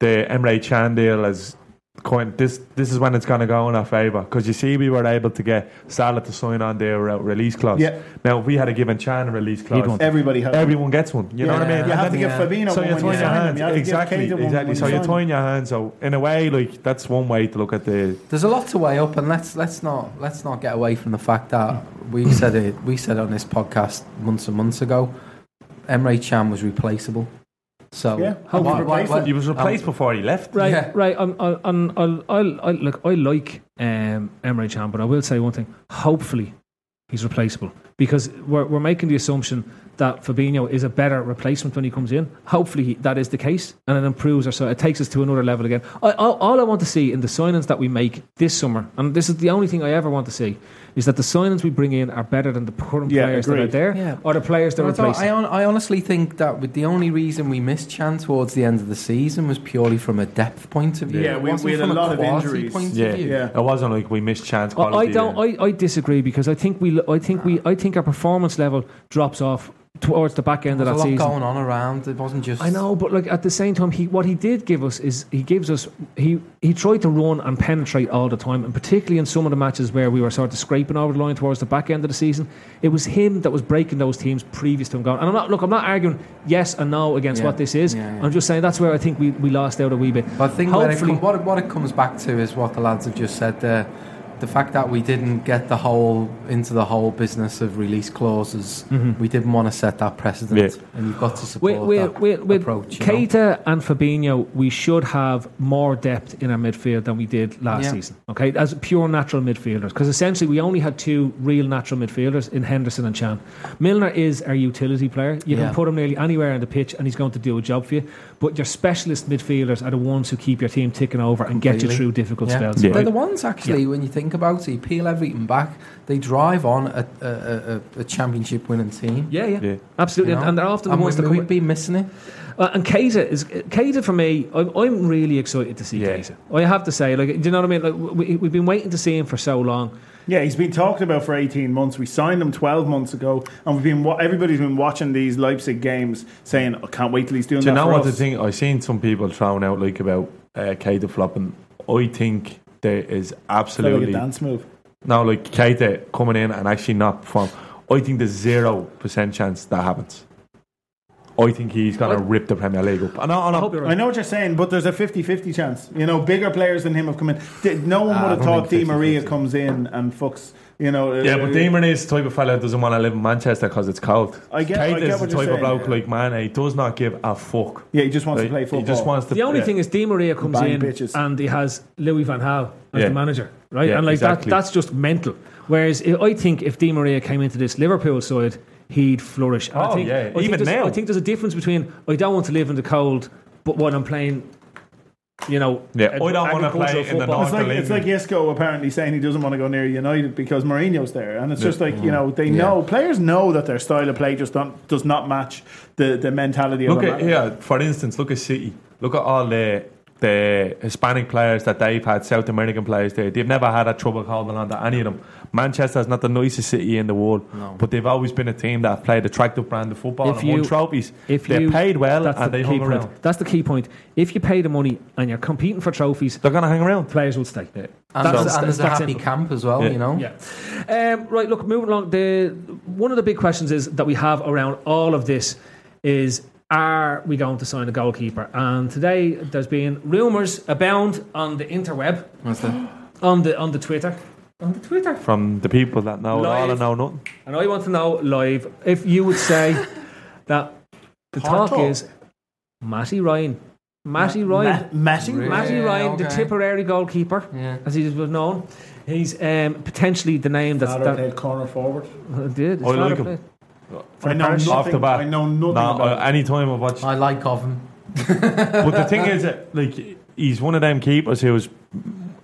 the Emre Chan deal is going. This this is when it's going to go in our favour because you see, we were able to get Salah to sign on their without release clause.
Yeah.
Now, if we had a given Chan a release clause,
want
Everybody has.
everyone gets one. You know what I mean?
Yeah.
You
And
have
then-
to give
Yeah.
Fabinho
so
one
you're
when you
tying your
sign him.
hands
You have to give
exactly,
Keita one
exactly.
when
So you're
sign him.
tying your hands. So in a way, like that's one way to look at the
There's a lot to weigh up, and let's let's not let's not get away from the fact that we said it. We said on this podcast months and months ago, Emre Chan was replaceable. So
Yeah, he was replaceable.
he was
um,
um,
replaced before he left.
Right,
Yeah.
right. I'm, I'll, I'll, I'll, I'll, I'll, look, I like um, Emre Chan, but I will say one thing. Hopefully, he's replaceable because we're, we're making the assumption that Fabinho is a better replacement when he comes in. Hopefully, he, that is the case, and it improves or so it takes us to another level again. I, all, all I want to see in the signings that we make this summer, and this is the only thing I ever want to see, is that the signings we bring in are better than the current
Yeah,
players that are
agreed.
there
Yeah.
or the players that are
I, don't-
replacing.
I, hon- I honestly think that with the only reason we missed Chan towards the end of the season was purely from a depth point of view.
Yeah,
It
we-
wasn't
we had a
from
lot of
quality
injuries.
Point
Yeah,
of view.
Yeah.
It wasn't like we missed chance
I, I
quality.
don't. I, I disagree because I think we. I think we. I think our performance level drops off towards the back end
There's
of that
a lot
season.
going on around. It wasn't just.
I know, but like at the same time, he what he did give us is he gives us he he tried to run and penetrate all the time, and particularly in some of the matches where we were sort of scraping over the line towards the back end of the season, it was him that was breaking those teams previous to him going. And I'm not look, I'm not arguing yes and no against
Yeah.
what this is.
Yeah, yeah.
I'm just saying that's where I think we, we lost out a wee bit.
But I think when it
hopefully,
com- what, it, what it comes back to is what the lads have just said there. The fact that we didn't get the whole into the whole business of release clauses,
Mm-hmm.
we didn't want to set that precedent,
Yeah.
and you've got to support
with, with,
that
with, with
approach. you know?
Keita and Fabinho, we should have more depth in our midfield than we did last
Yeah.
season. Okay, as pure natural midfielders, because essentially we only had two real natural midfielders in Henderson and Chan. Milner is our utility player. You
Yeah.
can put him nearly anywhere on the pitch, and he's going to do a job for you. But your specialist midfielders are the ones who keep your team ticking over and get you
Completely.
through difficult
Yeah.
spells.
Yeah.
right?
They're the ones actually, when you think about it, you peel everything back. They drive on a, a, a, a- a championship winning team.
Yeah, yeah,
Yeah.
absolutely,
you
and,
know?
and they're often the
And
ones that
we,
come.
we'd be missing it.
Uh, and Keita is Keita for me. I'm, I'm really excited to see
Yeah.
Keita. I have to say, like, do you know what I mean? Like, we, we've been waiting to see him for so long.
Yeah, he's been talked about for 18 months. We signed him 12 months ago, and we've been wa- everybody's been watching these Leipzig games, saying,
"Oh,
"I can't wait till he's doing
Do you
that."
know
for
what the
us."
thing? I've seen some people throwing out like about uh, Keita flopping. I think there is
Like a
absolutely
dance move.
now like Keita coming in and actually not perform. I think there's zero percent chance that happens. I think he's gonna
What?
rip the Premier League up. And I, and
I
I,
hope you're
I
right.
know what you're saying, but there's a 50-50 chance. You know, bigger players than him have come in. Di- No one
Ah,
would
I
have
don't
thought Di
think
Maria
50-50.
comes in and fucks. You know,
yeah, but
Maria.
Damon is the type of fella that doesn't want to live in Manchester because it's cold.
I get- I
Keita
get
is the
what you're
type of
saying.
bloke like man. He does not give a fuck.
Yeah, he just wants to play
Like,
football.
He just wants to.
The only
yeah.
thing is, Di Maria comes
Bang
in
bitches.
and he has Louis Van Gaal as
Yeah.
the manager, right?
Yeah,
and like
exactly.
that, that's just mental. Whereas I I think if Di Maria came into this Liverpool side, he'd flourish. And I
Oh,
think,
yeah.
I think
Even
there's-
now.
I think there's a difference between I don't want to live in the cold, but when I'm playing, you know,
Yeah, I don't wanna
agricultural
play in the
football-
north.
uh, It's like it's like Isco apparently saying he doesn't want to go near United because Mourinho's there, and it's just like
Mm.
you know they know players know that their style of play just don't, does not match the, the mentality
Look
of a
at
manager.
yeah. For instance, look at City. Look at all the the Hispanic players that they've had, South American players. There, they've never had a trouble holding on to any of them. Manchester's not the nicest city in the world, but they've always been a team that have played attractive brand of football
If
and won
you-
trophies.
If
they're
you,
paid well
that's
and
the
they
key
hung
point.
around,
That's the key point. If you pay the money and you're competing for trophies,
they're going to hang around.
players will stay.
And,
That's-
there's, and there's a
that's
happy
simple.
camp as well,
Yeah.
you know.
Yeah. Um, right. Look, moving along. The one of the big questions is that we have around all of this is: Are we going to sign a goalkeeper? And today, there's been rumours abound on the interweb,
That's the-
on the on the Twitter, on the Twitter.
From the people that know it all
Live.
and know nothing.
And I want to know live if you would say that the talk
Porto.
is Matty Ryan, Matty Ryan,
Ma- Matty
Really?
Ryan.
Matty
Yeah,
Ryan, the
okay.
Tipperary goalkeeper,
Yeah.
as he was known. He's um, potentially the name that's
Matter
that, uh,
played corner forward.
did.
I like him.
I know
Parish.
nothing.
Off the bat.
I know nothing.
No,
about
any time I've watched
I like Coven.
but the thing is, that, like, he's one of them keepers who was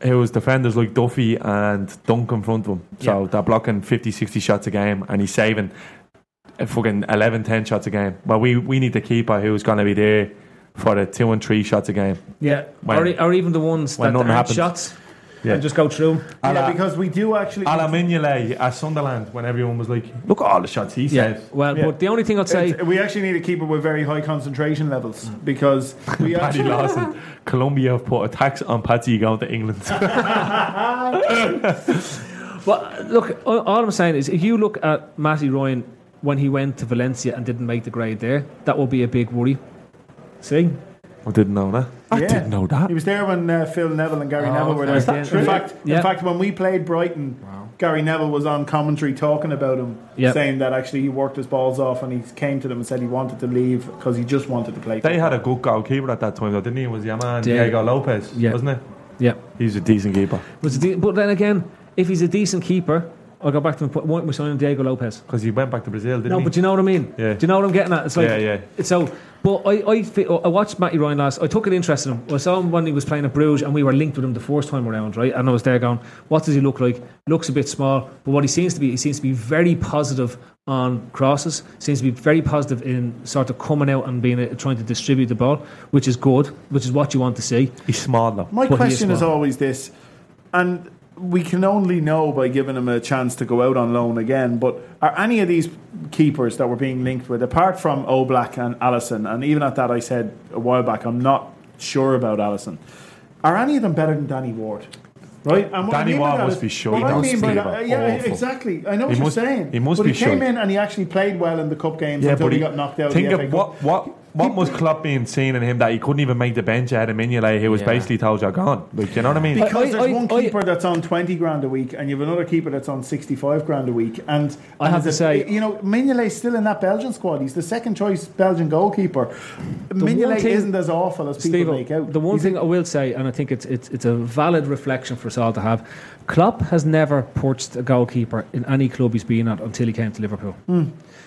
who was defenders like Duffy and Duncan front of him. So
Yeah.
they're blocking 50, 60 shots a game, and he's saving a fucking 11, 10 shots a game. But we, we need the keeper who's going to be there for the two and three shots a game.
Yeah,
When-
or, e- or even the ones
when
that
nothing
aren't
happens.
shots.
Yeah.
And just go through. 'em.
yeah,
Ala-
because we do actually.
Ala Mignolet at Sunderland, when everyone was like, look at all the shots he saves.
Well,
Yeah.
but the only thing I'd say,
It's- we actually need a keeper with very high concentration levels because we
Mm. Paddy
actually.
Lawson, Colombia have put a tax on Paddy going to England.
but look, all all I'm saying is, if you look at Matty Ryan when he went to Valencia and didn't make the grade there, that will be a big worry. See,
I didn't know that. I
Yeah.
didn't know that.
He was there when uh, Phil Neville and Gary
Oh,
Neville were there.
okay. Is
that
In
true?
fact,
Yeah.
in fact, when we played Brighton, Gary Neville was on commentary talking about him,
Yeah.
saying that actually he worked his balls off and he came to them and said he wanted to leave because he just wanted to play.
They had a good goalkeeper at that time, though, didn't he? It was your man
Yeah.
Diego Lopez,
Yeah.
wasn't it?
yeah,
He's a decent keeper
was a de- but then again, if he's a decent keeper, I'll go back to my point. Why aren't we signing Diego Lopez?
because he went back to Brazil, didn't
No,
he?
but you know what I mean.
Yeah.
Do you know what I'm getting at? It's like,
Yeah, yeah.
It's so, but I, I, fe- I watched Matty Ryan last. I took an interest in him. I saw him when he was playing at Bruges, and we were linked with him the first time around, right? And I was there going, "What does he look like? Looks a bit small, but what he seems to be, he seems to be very positive on crosses. Seems to be very positive in sort of coming out and being a, trying to distribute the ball, which is good, which is what you want to see.
He's small though.
My
But he is
question is
smart.
always this, and we can only know by giving him a chance to go out on loan again. But are any of these keepers that we're being linked with, apart from Oblak and Allison, and even at that, I said a while back, I'm not sure about Allison. Are any of them better than Danny Ward? Right? And what I
Danny
mean by
Ward
that
must
is-
be sure.
what
He
I
must
mean by
be
that-
awful.
yeah, exactly. I know
He
what
must-
you're saying.
he must
but
be
he came
sure.
in and he actually played well in the cup games
Yeah,
until
but
he,
he-
got knocked out.
Think
of the FA
of
Cup.
what what what must Klopp being seen in him that he couldn't even make the bench out of Mignolet, who was
Yeah.
basically told you're gone. Like you know what I mean?
Because there's one keeper that's on twenty grand a week, and you have another keeper that's on sixty-five grand a week. And
I
and
have to
the-
say-
you know, Mignolet's still in that Belgian squad. He's the second choice Belgian goalkeeper. Mignolet
thing-
isn't as awful as people
Steve-o,
make out.
The one
He's
thing I will say, and I think it's, it's it's a valid reflection for us all to have, Klopp has never poached a goalkeeper in any club he's been at until he came to Liverpool.
Hmm.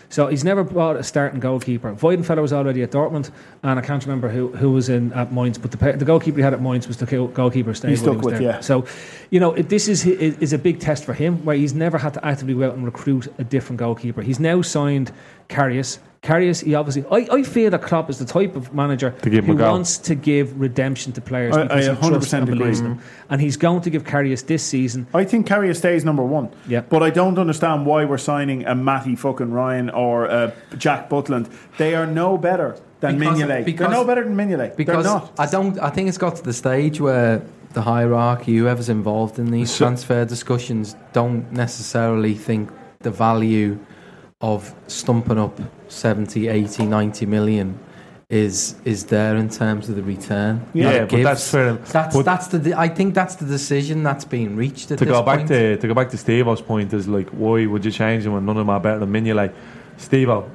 So he's never bought a starting goalkeeper. Voidenfeller was already at Dortmund, and I can't remember who, who was in at Mainz, but the, pe- the goalkeeper he had at Mainz was the goal- goalkeeper stayed
He
when
stuck
was
with,
there.
yeah.
So, you know, it, this is hi- is is a big test for him, where he's never had to actively go out and recruit a different goalkeeper. He's now signed Karius. Karius, he obviously, I, I feel that Klopp is the type of manager
To give him
who
a go.
wants to give redemption to players
I-
because
I
he trusts
100%
and believes
agree.
them.
Mm-hmm.
And he's going to give Karius this season.
I think Carrier stays number one.
Yeah.
But I don't understand why we're signing a Matty fucking Ryan or a Jack Butland. They are no better than
Because-
Mignolet.
because-
They're no better than Mignolet.
Because
They're not.
I don't. I think it's got to the stage where the hierarchy, whoever's involved in these transfer discussions, don't necessarily think the value of stumping up 70, 80, 90 million is is there in terms of the return.
Yeah,
that it
but that's fair-
That's that's the. de- I think that's the decision that's being reached at
to
this
go back
point.
to to go back to Steve-O's point is like, why would you change him when none of them are better than Mignolet? Steve-O,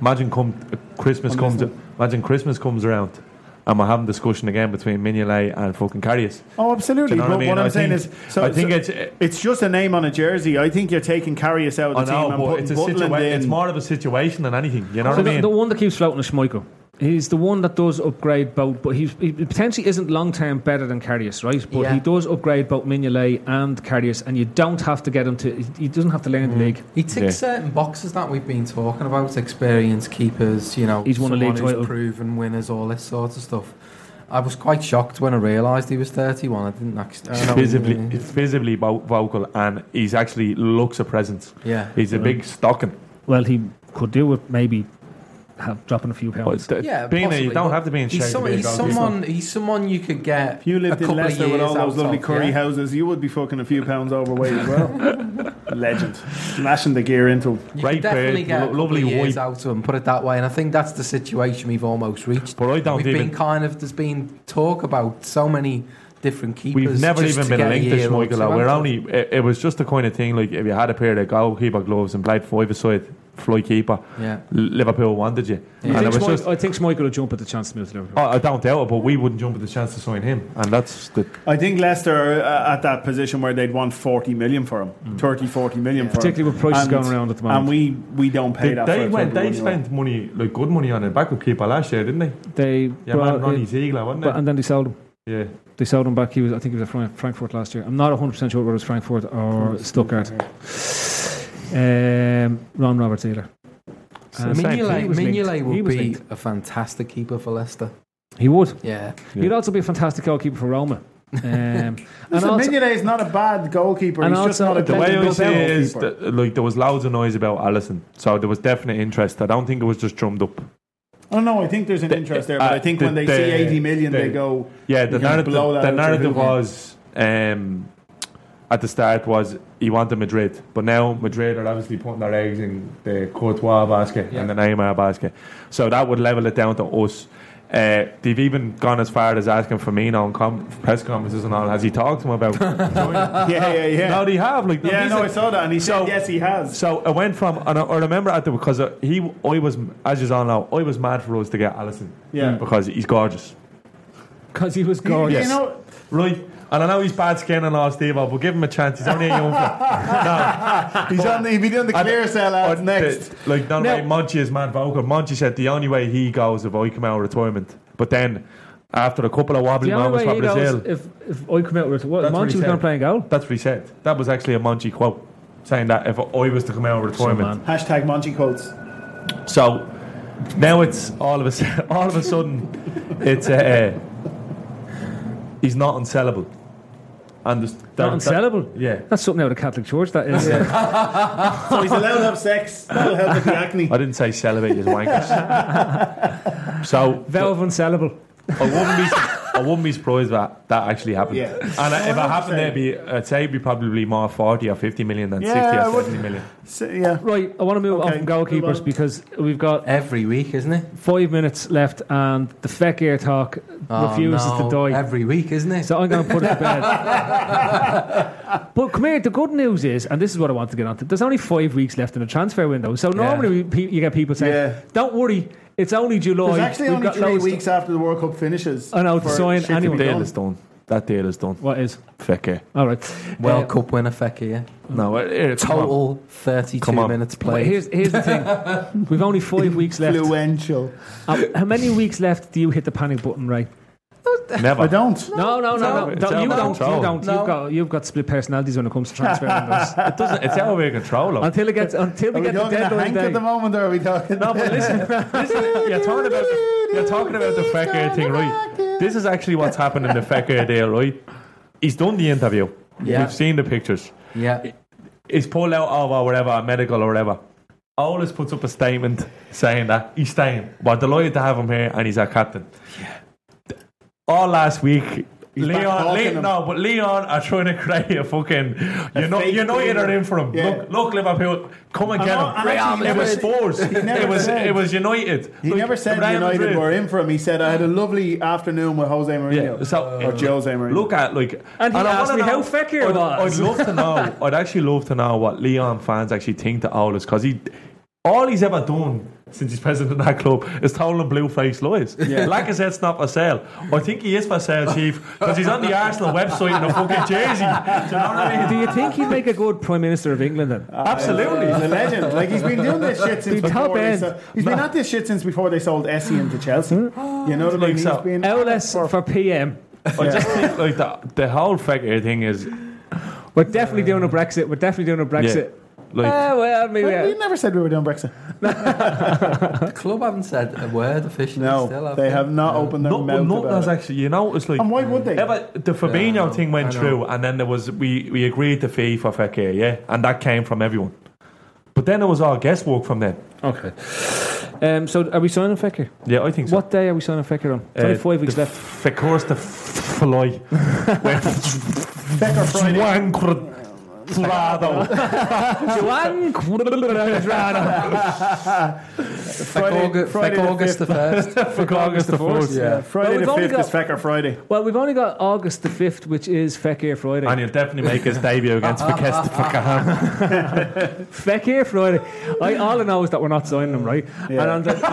imagine come Christmas
I'm
comes.
listening.
Imagine Christmas comes around, and we're having discussion again between Mignolet and fucking Carrius.
Oh, absolutely.
Do you know
but
what
what,
I mean?
I'm
I
saying
think-
is, so,
I think
so
it's-
just a name on a jersey. I think you're taking Carrius out
I
of the
know,
team and
but
putting
it's a
Butland
situa-
in.
it's more of a situation than anything. You know
So
what
the,
I mean?
the one that keeps floating is Schmeichel. He's the one that does upgrade both, but he's, he potentially isn't long term better than Cardius, right? But
Yeah.
he does upgrade both Mignolet and Cardius, and you don't have to get him to. he- He doesn't have to
Mm-hmm.
learn the league.
He ticks certain boxes that we've been talking about: experienced keepers, you know,
He's won a
someone
league
who's
title.
proven winners, all this sort of stuff. I was quite shocked when I realised he was thirty-one. I didn't um, actually. I
He's
don't know.
visibly, he's visibly vo- vocal, and he's actually looks a presence.
Yeah.
he's a big stocking.
Well, he could do with maybe have dropping a few pounds.
Yeah,
uh, being there, you
possibly,
don't
but
have to be in shape.
He's, some,
to be a
he's
goalkeeper.
someone. He's someone you could get.
If you lived
a
in
couple of
Leicester with
years
all
out
those lovely
of,
curry
yeah.
houses, you would be fucking a few pounds overweight as well. Legend. Smashing the gear into him.
You could definitely get a couple of years
wipe.
out of him. Put it that way, and I think that's the situation we've almost reached.
But I don't
we've
even-
been kind of. There's been talk about so many different keepers.
We've never
just
even
to
been
get a
linked to
year or two
Schmeichel. We're
out of
only. It, it was just the kind of thing like if you had a pair of goalkeeper gloves and played five aside fly keeper,
Yeah.
L- Liverpool wanted you,
I,
and it
think
was
Schmeichel,
just.
I think Schmeichel would jump at the chance to move to Liverpool.
I I don't doubt it, but we wouldn't jump at the chance to sign him, and that's the.
I think Leicester are uh, at that position where they'd want 40 million for him.
Mm.
thirty, forty million 30, 40 million for
Particularly
him.
with prices
And-
going around at the moment.
And we, we don't pay
They,
that for
they
a
went. They
21 -year-old.
spent money, like good money, on a backup keeper last year, didn't they?
They
Yeah,
uh,
brought
man, Ronnie
in-
Ziegler, wasn't
but-
it?
and then they sold him.
Yeah.
They sold him back. He was, I think, he was at Fran- Frankfurt last year. I'm not 100 percent sure whether it was Frankfurt or Stuttgart. Um, Ron Roberts either.
I mean, Mignolet, Mignolet
he
would
was
be
linked.
a fantastic keeper for Leicester.
He would.
Yeah.
He'd also be a fantastic goalkeeper for Roma. Um, and
Listen,
also,
Mignolet is not a bad goalkeeper.
And
He's just
also
not a
the
The way I
good
see it is,
goalkeeper.
that, like, there was loads of noise about Allison, so there was definite interest. I don't think it was just drummed up.
I don't know. Oh, I think there's an interest there, but
uh,
I think
the-
when they
the-
see 80 million, they
the-
go.
Yeah, the
"We can
narrative,
blow that
the
out to
narrative
who?"
was um, at the start was he wanted Madrid, but now Madrid are obviously putting their eggs in the Courtois basket and the Neymar basket, so that would level it down to us. Uh, they've even gone as far as asking Firmino on com- press conferences and all. Has he talked to him about?
Yeah, yeah, yeah.
uh-huh. No, they have. Like,
yeah,
he's
no,
a-
I saw that, and he said yes, he has.
so I went from, and I, I remember at the because uh, he, I was, as you all know, I was mad for us to get Allison.
Yeah.
Because he's gorgeous.
because he was gorgeous.
You know,
Right. And I know he's bad skin and all, Steve, but give him a chance. He's only a young fella. No.
he's on. He'll be doing the
And-
clear cell out
But
next.
uh, the- like, no,
Now-
way Monty is mad vocal. Monty said the only way he goes if I come out of retirement. But then, after a couple of wobbly
the only
moments
way
with
he goes,
Brazil,
if, if I come out with what,
That's what
Monty
he
was
said.
going to play in goal.
that's what he said. That was actually a Monty quote saying that if I was to come out of retirement.
man.
Hashtag Monty quotes.
So now it's all of a su- all of a uh, sudden it's uh, he's not unsellable. And there's- that, that,
Not unsellable.
yeah.
That's something out of the Catholic Church, that is.
So he's allowed to have sex. That'll help with the acne.
I didn't say celebrate as wankers. so
Valve unsellable.
I wouldn't be. I wouldn't be surprised that that actually happened.
Yeah.
And I- if it happened, there'd be I'd say it'd be probably more forty or fifty million than
Yeah, I
sixty or
would-
seventy million.
So, yeah.
Right, I want to move
Okay,
on from
move
goalkeepers
on.
because we've got
Every week, isn't it?
five minutes left and the feck air talk
Oh,
refuses
no.
to die.
Every week, isn't it?
So I'm going to put it to bed. but come here, the good news is, and this is what I want to get onto. There's only five weeks left in the transfer window, so normally we, pe- you get people saying,
Yeah.
"Don't worry, it's only July."
There's actually
We've
only
got
three
loads to-"
weeks after the World Cup finishes.
I know, to
for
sign
shit to
anyone.
be
Deal
done.
is done. That deal is done.
What is?
Feck it.
All right.
World
Uh,
Cup winner, Fekir.
No, it, it, come on.
Total 32
Come on.
minutes
but
played.
here's here's the thing. We've only five weeks left.
Influential.
Um, how many weeks left do you hit the panic button, Ray?
never.
I don't.
No, no, no, no.
it's
Don't-
out
you,
of
don't, you
control.
don't.
No.
You've got you've got split personalities when it comes to transfer windows.
It doesn't. It's out of your control. Though.
until it gets until
Are
we
we
get the
talking to
deadline
Hank at the
day.
moment, or are we talking?
No, but listen, listen you're talking about the, you're talking about the Fecker thing, right? This is actually what's happened in the Fecker deal, right? He's done the interview.
Yeah.
We've seen the pictures.
yeah.
He's pulled out of or whatever, a medical or whatever. Always puts up a statement saying that he's staying. We're delighted to have him here and he's our captain. All last week, Leon,
back-talking
Le-
him.
no, but Leon are trying to create a fucking. You know,
fake
you know, you're in for him.
Yeah.
Look, look, Liverpool, come and
And
get
all-
him.
and actually
it
he
was
never-
Spurs.
never
It was
said.
it was United.
He
Like,
never said
Real
United
Madrid.
were in for him. He said, "I had a lovely afternoon with Jose Mourinho Uh,
Yeah, so uh,
or Jose Mourinho."
Look at like,
And he
I
asked
wanna
me
know-
how Fekir
I'd,
was.
I'd love to know. I'd actually love to know what Leon fans actually think to all this because he, all he's ever done since he's president of that club is telling them blue face lies. Yeah. Lacazette's not for sale. I think he is for sale, chief, because he's on the Arsenal website in a fucking jersey. Do you know what I
Do
mean?
you think he'd make a good Prime Minister of England then?
Absolutely.
Uh, He's a legend. Like he's been doing this shit since
The top
before they
end.
sold, He's been at this shit since before they sold Essien to Chelsea. You know what I mean?
Like
He's
so.
been
LS for, PM.
I just think like the, the whole Fekir thing is
We're definitely doing a Brexit. We're definitely doing a Brexit.
like.
Uh,
Ah, well, maybe.
We never said we were doing Brexit.
The club haven't said a word officially
No,
still, have
they have not opened their
Not, well,
mouth
not
about
as
it.
actually, you know, it's like.
And why would they?
Ever, the Fabinho
Yeah, I know,
thing went
I know.
through, and then there was we, we agreed to fee for Fekir, yeah, and that came from everyone. But then it was all guesswork from them.
Okay. Um, so are we signing Fecker?
Yeah, I think so.
What day are we signing Fecker on? It's only
Uh,
five weeks
the
left.
F- of course, the f- fly.
Fecker Friday.
Wankrado.
Joan Cuadrado.
Friday, August,
Friday the
August the 1st.
For August the 4th.
yeah.
Friday
Well, we've
the
only
fifth is
got-
Fecker Friday.
well, we've only got August the 5th, which is Fecker Friday.
And he'll definitely make his debut against Fakest Fakahan.
Fecker Friday. I, all I know is that we're not signing him, right? And, on de-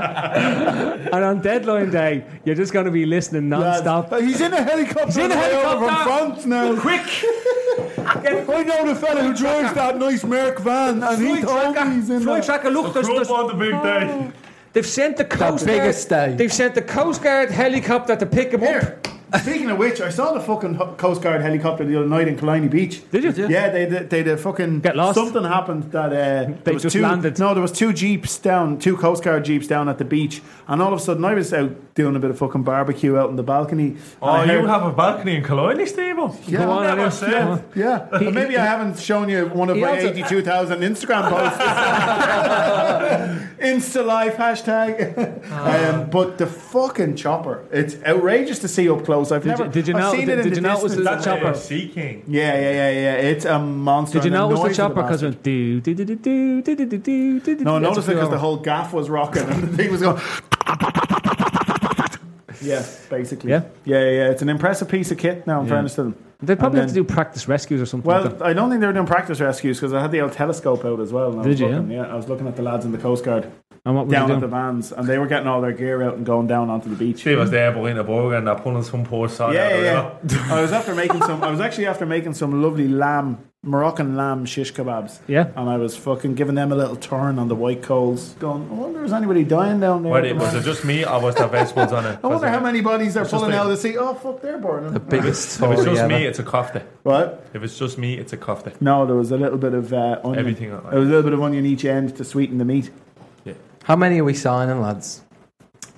and on deadline day, you're just going to be listening non stop.
Lads, Uh, He's in a helicopter.
He's in a
on the way over
helicopter.
from France now. Quick! I know the fella who drives that nice Merc van, and he told me he's in
Fly
that.
tracker, look, there's, there's,
the big day.
they've sent the Coast
biggest
Guard.
day.
They've sent the Coast Guard helicopter to pick him up.
Here. Speaking of which, I saw the fucking ho- Coast Guard helicopter the other night in Killiney Beach.
Did you? Did you?
Yeah, they did- they did fucking
Get lost?
Something happened that uh, there was
just
two,
landed.
No, there was two jeeps down, two Coast Guard jeeps down at the beach, and all of a sudden I was out doing a bit of fucking barbecue out on the balcony. and
Oh,
I
you
heard-
have a balcony in Cologne, Stable?
Yeah.
on,
Never
Elliot. Come
said.
on.
Yeah,
He-
maybe I haven't shown you one of
He
my
also-
eighty-two thousand Instagram posts. Insta life hashtag.
Ah.
Um, but the fucking chopper—it's outrageous to see up close. I've
Did
never.
you- did you
I've
know-
Seen
did-
it in
did
the
you know it was
distance.
that chopper?
Sea King.
Yeah, yeah, yeah, yeah. It's a monster.
Did you
and
know it was
noise
the
of
chopper?
bastard.
Because it went do, do, do, do, do, do, do, do, do, do, do.
No,
That's
I
a
noticed it
few
because the
hours.
whole gaff was rocking and the thing was going. yeah, basically.
Yeah.
yeah, yeah. It's an impressive piece of kit now, in fairness to them.
They probably
and
have to do practice rescues or something. like
Well,
that.
I don't think they were doing practice rescues because I had the old telescope out as well. and I
Did
was
you,
Looking, yeah? I was looking at the lads in the Coast Guard
and what were
down
they
at the
doing?
vans, and they were getting all their gear out and going down onto the beach.
She was there behind the burger and they're pulling some poor sod out
Yeah,
of the river.
yeah. yeah. I was after making some. I was actually after making some lovely lamb, Moroccan lamb shish kebabs.
Yeah.
And I was fucking giving them a little turn on the white coals. Going, I wonder is anybody dying down there?
Wait,
at the
was it
moment?"
just me or was there vegetables on it?
I wonder how many bodies they're
just
pulling
like-
out of the sea. Oh fuck, they're burning.
The
If it's
biggest Tory
just
ever.
me, it's a kofta.
What?
If it's just me, it's a kofta.
No, there was a little bit of uh, onion.
Everything I like.
There was a little bit of onion each end to sweeten the meat.
How many are we signing, lads?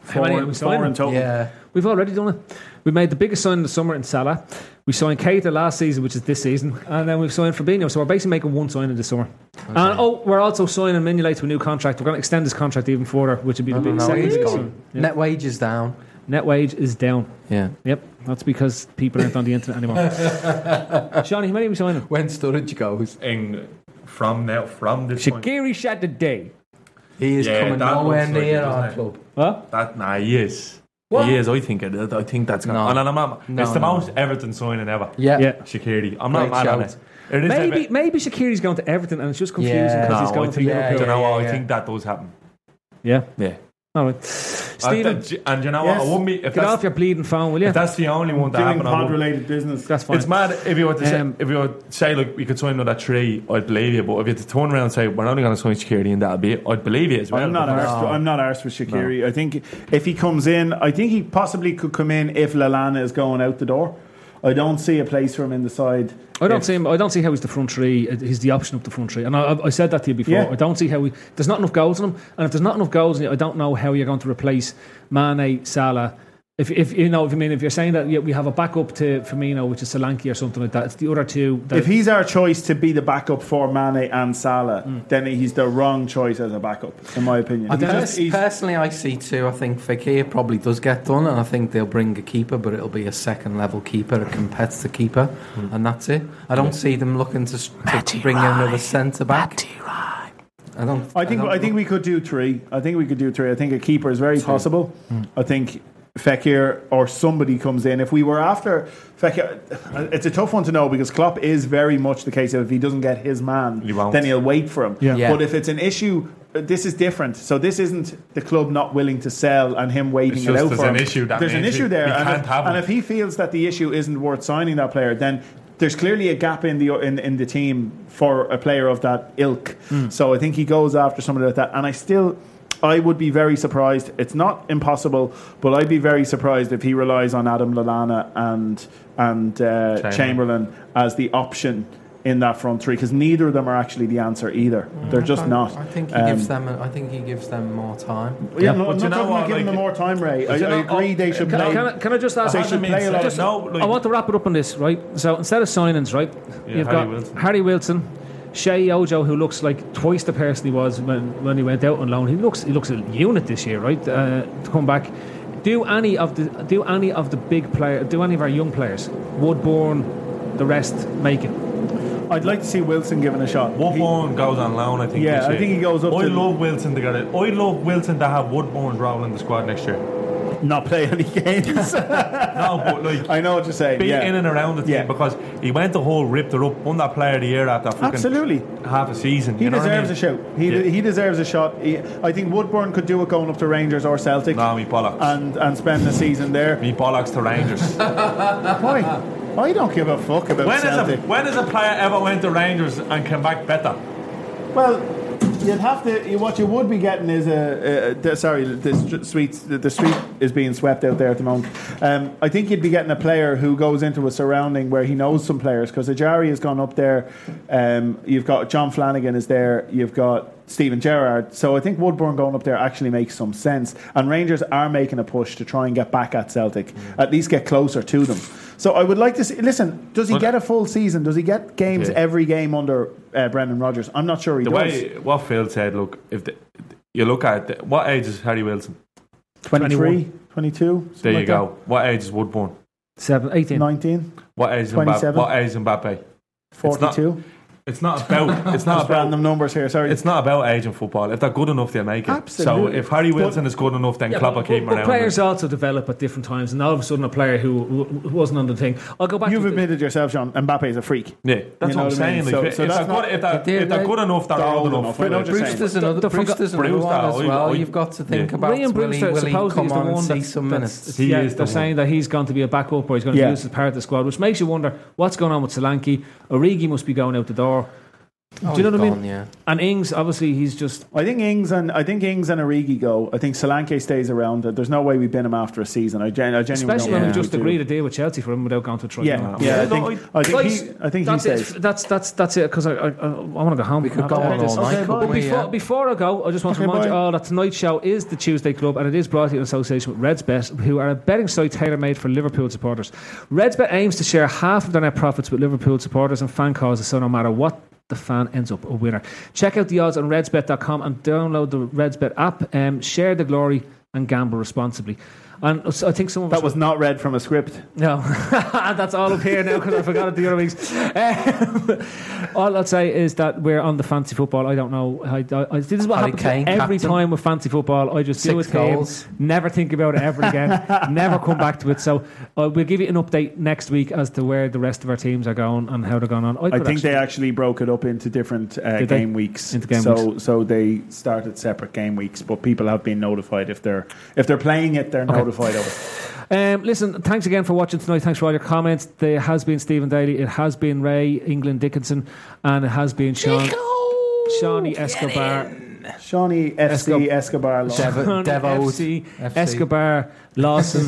How many are we
Four
signing?
in total.
Yeah.
We've already done it. We made the biggest sign in the summer in Salah. We signed Keita last season, which is this season, and then we've signed Fabinho. So we're basically making one sign in the summer. And oh, we're also signing Mignolet to a new contract. We're going to extend his contract even further, which would be
No,
the
no,
big
no,
second
he's
big
gone.
sign. Yeah.
Net wage is down.
Net wage is down.
Yeah.
Yep, that's because people aren't on the internet anymore. Johnny, how many are we signing?
When Sturridge goes,
In, from now, from this point.
Shakiri shed the day.
he is
Yeah,
coming
that
nowhere
looks like
near
it,
our
doesn't it?
club.
Huh?
That nah, he is.
What?
He is. I think. it- I think that's gonna.
No.
And I'm not,
No,
it's the
no,
most Everton signing ever.
Yeah.
Yeah.
Shakiri. I'm not
Great
mad
shout.
at it. It is
Maybe
Ever-
maybe Shakiri's going to Everton and it's just confusing
Yeah.
because
No,
he's going
I
to
think,
yeah,
do
Liverpool.
you know
yeah,
what?
yeah.
I think that does happen.
Yeah.
Yeah.
All right.
and,
Stephen,
th- and you know
Yes.
what? I wouldn't be, if,
get
that's,
off your bleeding phone, will you?
if that's the only one that
Doing
happened, I
pod
wouldn't-
related business.
That's fine.
It's mad if you were to
Um,
say, if you were to say look we could sign another three, I'd believe you. But if you had to turn around and say we're only going to sign Shakiri and that'll be it, I'd believe you as well.
I'm not
Because-
arsed, I'm not arsed with Shakiri. I think if he comes in, I think he possibly could come in if Lalana is going out the door. I don't see a place for him in the side.
I don't
If-
see him. I don't see how he's the front three. uh, He's the option up the front three, and I, I- I said that to you before.
Yeah.
I don't see how he. There's not enough goals in him, and if there's not enough goals in it, I don't know how you're going to replace Mane, Salah. If, if you know, if I mean, if you're saying that yeah, we have a backup to Firmino, which is Solanke or something like that, it's the other two. That,
If he's our choice to be the backup for Mane and Salah, then he's the wrong choice as a backup, in my opinion. He
Pers-
just- he's-
personally, I see two. I think Fakir probably does get done, and I think they'll bring a keeper, but it'll be a second level keeper, a competitor keeper,
Hmm.
and that's it. I don't see them looking to, s- to bring in another centre back. I don't.
I think
don't
I think we could do three. I think we could do three. I think a keeper is very possible.
Hmm.
I think Fekir or somebody comes in. If we were after Fekir, it's a tough one to know because Klopp is very much the case of if he doesn't get his man,
He won't.
then he'll wait for him.
Yeah.
But if it's an issue, this is different. So this isn't the club not willing to sell and him waiting
It's
it
just
out
there's
for him.
an issue that
there's an
means
issue
we-
there,
we
and,
can't
if,
have him.
and if he feels that the issue isn't worth signing that player, then there's clearly a gap in the in, in the team for a player of that ilk. So I think he goes after somebody like that. And I still, I would be very surprised. It's not impossible, but I'd be very surprised if he relies on Adam Lallana and and uh, Chamberlain.
Chamberlain.
as the option. In that front three, because neither of them are actually the answer either. They're just
I,
not.
I think he
Um,
gives them. I think he gives them more time.
Yeah, no,
But
I'm
you
not
know
talking
what,
about giving
like-
them more time, Ray. I,
But you
I
know-
agree they should
can,
play.
can, I, can I just ask?
They should play a lot.
Just- no, like-
I want to wrap it up on this, right? So instead of signings, right,
Yeah,
you've
Harry
got
Wilson.
Harry Wilson, Shea Ojo, who looks like twice the person he was when, when he went out on loan. He looks he looks a unit this year, right? Uh, to come back, do any of the do any of the big player do any of our young players Woodbourne, the rest make it?
I'd like to see Wilson given a shot.
Woodbourne goes on loan, I think.
Yeah,
this
I
year.
think he goes up
I
to-
love Wilson to get it. I love Wilson to have Woodbourne's role in the squad next year.
He- not play any games.
No, but like
I know what you're saying.
be
yeah.
in and around the team
Yeah.
because he went the whole ripped her up, won that player of the year after fucking
Absolutely.
half a season.
He
you know what I
deserves
mean?
a shout. He,
Yeah.
he deserves a shot. He, I think Woodburn could do it going up to Rangers or Celtic
No, me bollocks.
and and spend the season there.
me bollocks to Rangers.
Why? I don't give a fuck about
when, is a,
Celtic.
when has a player ever went to Rangers and came back better?
Well, you'd have to. you- What you would be getting is a. a the, sorry, the st- street. The, the street is being swept out there at the moment. Um, I think you'd be getting a player who goes into a surrounding where he knows some players because Ajari has gone up there. Um, you've got John Flanagan is there. You've got. Stephen Gerrard. So I think Woodburn going up there actually makes some sense. And Rangers are making a push to try and get back at Celtic, at least get closer to them. So I would like to see. Listen, does he
Well,
get a full season? Does he get games
Yeah.
every game under uh, Brendan Rodgers? I'm not sure he
The
does.
way what Phil said, look, if the, you look at it, what age is Harry Wilson?
23, 22,
There
something
you
like
go. What age is Woodbourne?
Seven,
that.
eighteen.
19,
What age is Mbappe?
27?
What age is Mbappe? It's not-
42.
It's not about. It's not
Just
about.
random numbers here, sorry.
It's not about age in football. If they're good enough, they'll make it.
Absolutely.
So if Harry
But-
Wilson is good enough, then
Yeah,
Klopp will
but-
keep him
but
around.
players also develop at different times, and all of a sudden, a player who, who who wasn't on the thing. I'll go back.
You've
to the-
admitted yourself, John, Mbappe is a freak.
Yeah, that's
You know
what I'm
what I mean?
saying. Like,
So-
if,
so
if
that's
they're
not-
good, if they're,
they're-
if they're good enough, they're
they're
old
old
enough.
enough. We're not just
Brewster's another.
The- the-
Brewster's another
Brewster,
one as
oh,
well.
yeah.
You've got to think
Yeah.
about
Liam
will he,
Brewster
will he
supposedly
come
is the
on and
one
see
that's,
some
that's-
minutes.
He
yeah,
is the
they're
one.
saying that he's going to be a backup or he's going to
Yeah.
be used as part of the squad, which makes you wonder what's going on with Solanke. Origi must be going out the door.
Oh,
Do you know
he's
what I
gone,
mean?
yeah.
And Ings, obviously, he's just
I think Ings and I think Ings and Origi go. I think Solanke stays around. There's no way we bin him after a season. I, gen- I genuinely
especially
don't
when we
think
just
we do.
agreed a deal with Chelsea for him without going to a tryout.
Yeah, yeah. I think I think he, I think he
that's
stays.
It. That's that's that's it. Because I I, I, I want to go home. We
could go on all night,
but
couldn't we,
before,
yeah?
before I go, I just want
Okay,
to remind you
bye.
all that tonight's show is the Tuesday Club, and it is brought to you in association with Reds Bet, who are a betting site tailor made for Liverpool supporters. Reds Bet aims to share half of their net profits with Liverpool supporters and fan causes, so no matter what. The fan ends up a winner. Check out the odds on redsbet.com and download the Redsbet app. Um, share the glory and gamble responsibly. And so I think someone
That was not read from a script.
no, that's all up here now because I forgot it the other weeks. Um, all I'll say is that we're on the fancy football. I don't know. I, I, I- this is what
Harry
happens
Kane,
every
captain.
time with fancy football. I just do a
Six
team,
goals.
never think about it ever again, never come back to it. So uh, we'll give you an update next week as to where the rest of our teams are going and how they're going on.
I
could
think they actually broke it up into different uh,
Did they?
game weeks.
Into game
so so they started separate game weeks, but people have been notified if they're if they're playing it, they're notified of it.
Um, listen, thanks again for watching tonight. Thanks for all your comments. There has been Stephen Daly, it has been Ray England Dickinson, and it has been Sean. Shawnee Escobar.
Shawnee FC
Escob-
Escobar. Law.
Devo,
Connor
Devo
FC, Escobar, Lawson.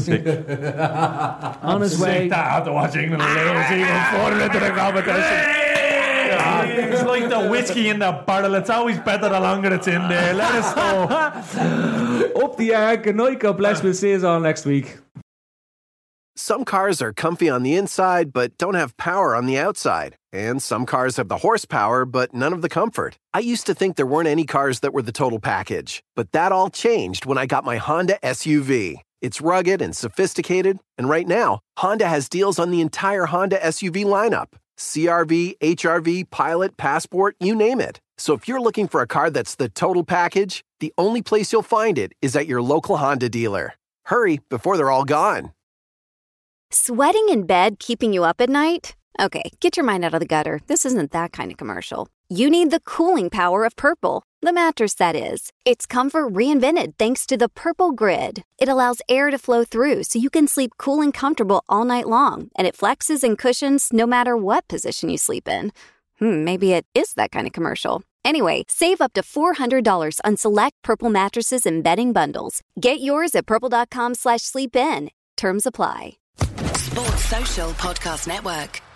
on his way.
Sick that I have to watch England lose even further into the competition. God, It's like the whiskey in the barrel. It's always better the longer it's in there. Let us know.
Up the yard. Good night. God bless. We'll see you all next week.
Some cars are comfy on the inside, but don't have power on the outside. And some cars have the horsepower, but none of the comfort. I used to think there weren't any cars that were the total package, but that all changed when I got my Honda SUV. It's rugged and sophisticated, and right now, Honda has deals on the entire Honda SUV lineup CRV, HRV, Pilot, Passport, you name it. So if you're looking for a car that's the total package, the only place you'll find it is at your local Honda dealer. Hurry before they're all gone.
Sweating in bed keeping you up at night? Okay, get your mind out of the gutter. This isn't that kind of commercial. You need the cooling power of Purple, the mattress that is. It's comfort reinvented thanks to the Purple Grid. It allows air to flow through so you can sleep cool and comfortable all night long, and it flexes and cushions no matter what position you sleep in. Hmm, maybe it is that kind of commercial. Anyway, save up to $400 on select Purple mattresses and bedding bundles. Get yours at purple.com slash sleep in. Terms apply.
Sports Social Podcast Network.